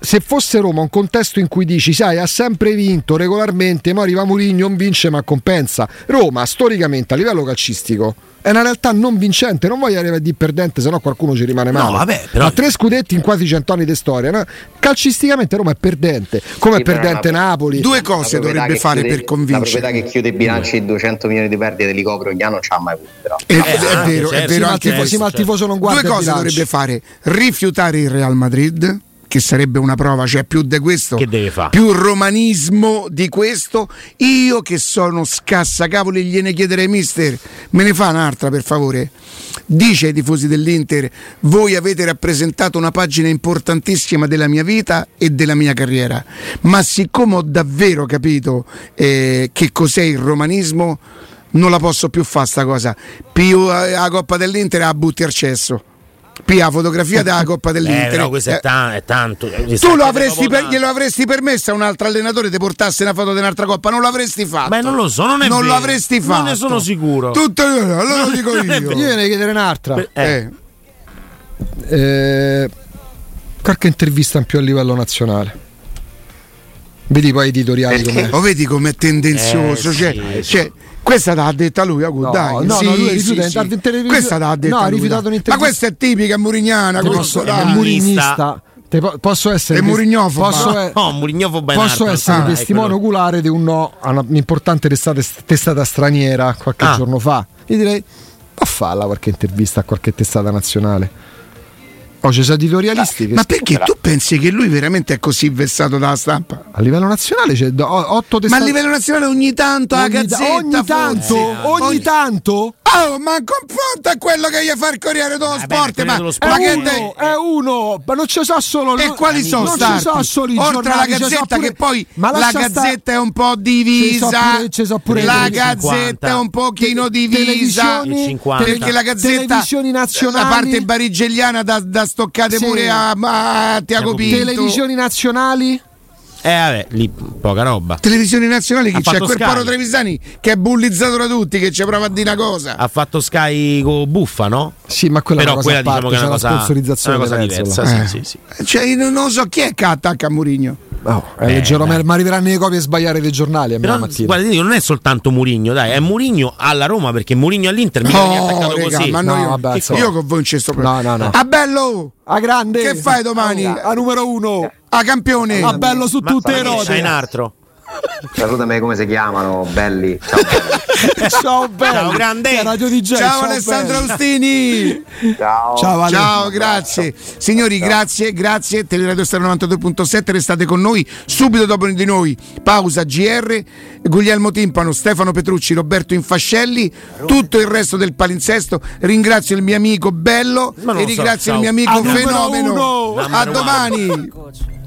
[SPEAKER 4] se fosse Roma un contesto in cui dici, sai, ha sempre vinto regolarmente, ma arriva Mourinho, non vince ma compensa. Roma storicamente a livello calcistico è una realtà non vincente, non voglio arrivare a dire perdente, sennò qualcuno ci rimane
[SPEAKER 3] No,
[SPEAKER 4] male.
[SPEAKER 3] vabbè, però-
[SPEAKER 4] Ha tre scudetti in quasi cent'anni di storia. no? Calcisticamente Roma è perdente, come
[SPEAKER 2] Sì,
[SPEAKER 4] è
[SPEAKER 2] però
[SPEAKER 4] perdente
[SPEAKER 2] una-
[SPEAKER 4] Napoli.
[SPEAKER 1] Due
[SPEAKER 2] La
[SPEAKER 1] cose
[SPEAKER 2] proprietà
[SPEAKER 1] dovrebbe
[SPEAKER 2] che
[SPEAKER 1] fare
[SPEAKER 2] chiude-
[SPEAKER 1] per
[SPEAKER 2] La
[SPEAKER 1] convincere.
[SPEAKER 2] proprietà che chiude i bilanci di 200 milioni di perdite e li copre ogni anno non ci ha mai avuto. Però.
[SPEAKER 1] Eh, È,
[SPEAKER 3] Eh, anche,
[SPEAKER 1] vero, è
[SPEAKER 3] certo,
[SPEAKER 4] Sì,
[SPEAKER 1] vero
[SPEAKER 4] ma, il
[SPEAKER 1] anche
[SPEAKER 4] tifo-
[SPEAKER 1] questo.
[SPEAKER 4] sì, ma il tifoso non guarda
[SPEAKER 1] Due
[SPEAKER 4] il
[SPEAKER 1] cose
[SPEAKER 4] bilancio.
[SPEAKER 1] dovrebbe fare: rifiutare il Real Madrid, che sarebbe una prova, cioè più di questo,
[SPEAKER 3] Che deve fare?
[SPEAKER 1] più romanismo di questo. Io che sono scassacavoli, gliene chiederei, mister, me ne fa un'altra per favore. Dice ai tifosi dell'Inter: Voi avete rappresentato una pagina importantissima della mia vita e della mia carriera, ma siccome ho davvero capito eh, che cos'è il romanismo, non la posso più fare sta cosa. Più eh, la Coppa dell'Inter la butti al cesso. Più la fotografia della Coppa
[SPEAKER 3] Eh,
[SPEAKER 1] dell'Inter.
[SPEAKER 3] però questo
[SPEAKER 1] Eh,
[SPEAKER 3] è, ta- è tanto.
[SPEAKER 1] tu lo avresti per- glielo avresti permesso a un altro allenatore di portarsi una foto di un'altra coppa? Non l'avresti fatto.
[SPEAKER 3] Beh, non lo so, non è
[SPEAKER 1] Non
[SPEAKER 3] vero.
[SPEAKER 1] lo avresti
[SPEAKER 3] Non
[SPEAKER 1] fatto.
[SPEAKER 3] ne sono sicuro.
[SPEAKER 1] Tutto allora lo dico
[SPEAKER 3] non è
[SPEAKER 1] io.
[SPEAKER 3] vero.
[SPEAKER 4] Io ne chiedere un'altra.
[SPEAKER 3] Per- eh,
[SPEAKER 1] Eh,
[SPEAKER 4] Eh, qualche intervista in più a livello nazionale. Vedi poi editoriali come.
[SPEAKER 1] Lo vedi com'è tendenzioso?
[SPEAKER 3] Eh,
[SPEAKER 1] cioè,
[SPEAKER 3] sì, sì.
[SPEAKER 1] cioè, questa l'ha detta lui, Agu,
[SPEAKER 4] No,
[SPEAKER 1] dai.
[SPEAKER 4] no,
[SPEAKER 1] sì,
[SPEAKER 4] no, lui
[SPEAKER 1] sì,
[SPEAKER 4] rifiuta
[SPEAKER 1] sì.
[SPEAKER 4] intervi- intervi-
[SPEAKER 1] Questa l'ha detta
[SPEAKER 4] no, ha
[SPEAKER 1] lui,
[SPEAKER 4] rifiutato
[SPEAKER 1] dai. Ma
[SPEAKER 4] un'intervista.
[SPEAKER 1] questa è tipica murignana.
[SPEAKER 4] Ti
[SPEAKER 1] questo,
[SPEAKER 4] posso-
[SPEAKER 1] dai.
[SPEAKER 4] è
[SPEAKER 3] Murinista.
[SPEAKER 4] murinista. Te po- posso essere
[SPEAKER 1] È
[SPEAKER 4] tes-
[SPEAKER 1] murignofoba.
[SPEAKER 4] posso, e-
[SPEAKER 3] No, Murignofoba è Oh, un
[SPEAKER 4] posso
[SPEAKER 1] ah,
[SPEAKER 3] altro,
[SPEAKER 4] essere
[SPEAKER 3] sai, Eh,
[SPEAKER 4] testimone
[SPEAKER 3] quello-
[SPEAKER 4] oculare di un no a una- un'importante testata, testata straniera qualche
[SPEAKER 3] Ah.
[SPEAKER 4] giorno fa. Io direi, va a farla qualche intervista a qualche testata nazionale. Oggi sono editorialisti che
[SPEAKER 1] Ah, Ma perché tu pensi che lui veramente è così vessato dalla stampa?
[SPEAKER 4] a livello nazionale c'è do- o- otto
[SPEAKER 1] Ma a
[SPEAKER 4] testate.
[SPEAKER 1] livello nazionale ogni tanto la
[SPEAKER 4] ogni,
[SPEAKER 1] gazzetta
[SPEAKER 4] ogni
[SPEAKER 1] forse.
[SPEAKER 4] tanto, ogni tanto
[SPEAKER 1] Oh, ma in confronto a quello che gli fa il Corriere
[SPEAKER 4] Ah,
[SPEAKER 1] dello
[SPEAKER 3] Vabbè,
[SPEAKER 1] Sport,
[SPEAKER 3] il Corriere
[SPEAKER 1] ma,
[SPEAKER 3] dello
[SPEAKER 4] è
[SPEAKER 3] Sport
[SPEAKER 1] ma che
[SPEAKER 4] uno,
[SPEAKER 1] te-
[SPEAKER 4] è uno, ma non ci sono solo
[SPEAKER 1] E
[SPEAKER 4] non-
[SPEAKER 1] quali sono
[SPEAKER 4] non
[SPEAKER 1] stati?
[SPEAKER 4] ci sono solo i
[SPEAKER 1] Oltre alla
[SPEAKER 4] giornali, ci sono
[SPEAKER 1] gazzetta,
[SPEAKER 4] pure-
[SPEAKER 1] che poi
[SPEAKER 4] Ma
[SPEAKER 1] la
[SPEAKER 4] lascia sta-
[SPEAKER 1] gazzetta è un po' divisa.
[SPEAKER 4] Ci sono pure- ci sono pure
[SPEAKER 1] la
[SPEAKER 4] le
[SPEAKER 1] gazzetta
[SPEAKER 3] 50.
[SPEAKER 1] è un pochino divisa.
[SPEAKER 4] televisioni,
[SPEAKER 3] Il 50.
[SPEAKER 1] Perché la gazzetta
[SPEAKER 4] televisioni nazionali,
[SPEAKER 1] la parte barigelliana da, da stoccate
[SPEAKER 4] Sì.
[SPEAKER 1] pure a, a Tiago
[SPEAKER 3] Tiago
[SPEAKER 1] Pinto.
[SPEAKER 4] televisioni nazionali.
[SPEAKER 3] Eh, vabbè, lì poca roba.
[SPEAKER 1] Televisioni nazionali chi
[SPEAKER 3] Ha
[SPEAKER 1] c'è?
[SPEAKER 3] fatto
[SPEAKER 1] Quel
[SPEAKER 3] Sky.
[SPEAKER 1] paro Trevisani che è bullizzato da tutti, che ci prova a dire una cosa.
[SPEAKER 4] Ah.
[SPEAKER 3] Ha fatto Sky con Buffa, no?
[SPEAKER 4] Sì, ma quella
[SPEAKER 3] Però
[SPEAKER 4] è una cosa
[SPEAKER 3] quella
[SPEAKER 4] a parte,
[SPEAKER 3] diciamo che è
[SPEAKER 4] c'è
[SPEAKER 3] una
[SPEAKER 4] la
[SPEAKER 3] cosa,
[SPEAKER 4] sponsorizzazione
[SPEAKER 3] una cosa
[SPEAKER 4] della Pezzola.
[SPEAKER 3] diversa. Sì, sì, sì.
[SPEAKER 1] Cioè, non lo so chi è che attacca a Murigno.
[SPEAKER 4] Oh, è leggero, ma ma arriveranno le copie sbagliate dei giornali a me
[SPEAKER 3] Eh, Però
[SPEAKER 4] la mattina.
[SPEAKER 3] guarda, dico, non è soltanto Murigno, dai, è Murigno alla Roma perché Murigno all'Inter mi viene
[SPEAKER 1] No,
[SPEAKER 3] attaccato
[SPEAKER 1] Oh, raga,
[SPEAKER 3] così.
[SPEAKER 1] ma no,
[SPEAKER 4] No,
[SPEAKER 1] io,
[SPEAKER 4] vabbè, insomma.
[SPEAKER 1] io con voi non ci sto proprio.
[SPEAKER 4] No, no, no.
[SPEAKER 1] Ah, bello!
[SPEAKER 4] a grande.
[SPEAKER 1] Che fai domani?
[SPEAKER 4] A numero uno.
[SPEAKER 1] A campione!
[SPEAKER 4] A bello su
[SPEAKER 3] Ma
[SPEAKER 4] tutte le
[SPEAKER 3] sai che c'hai un
[SPEAKER 4] rote.
[SPEAKER 3] altro.
[SPEAKER 2] Salutami come si chiamano, belli. Ciao,
[SPEAKER 4] Ciao bello.
[SPEAKER 3] Ciao, grande.
[SPEAKER 4] La Radio DJ.
[SPEAKER 1] Ciao, Alessandro
[SPEAKER 4] bello.
[SPEAKER 1] Austini!
[SPEAKER 2] ciao.
[SPEAKER 4] Ciao Ale.
[SPEAKER 1] Ciao, grazie. Signori, grazie, grazie. Teleradio Star 92.7, restate con noi. Subito dopo di noi, pausa GR, Guglielmo Timpano, Stefano Petrucci, Roberto Infascelli, tutto il resto del palinsesto. Ringrazio il mio amico Bello
[SPEAKER 3] Ma non
[SPEAKER 1] e
[SPEAKER 3] lo so,
[SPEAKER 1] ringrazio
[SPEAKER 3] ciao.
[SPEAKER 1] il mio amico
[SPEAKER 4] A Ah, numero
[SPEAKER 1] Fenomeno.
[SPEAKER 4] uno.
[SPEAKER 1] A domani.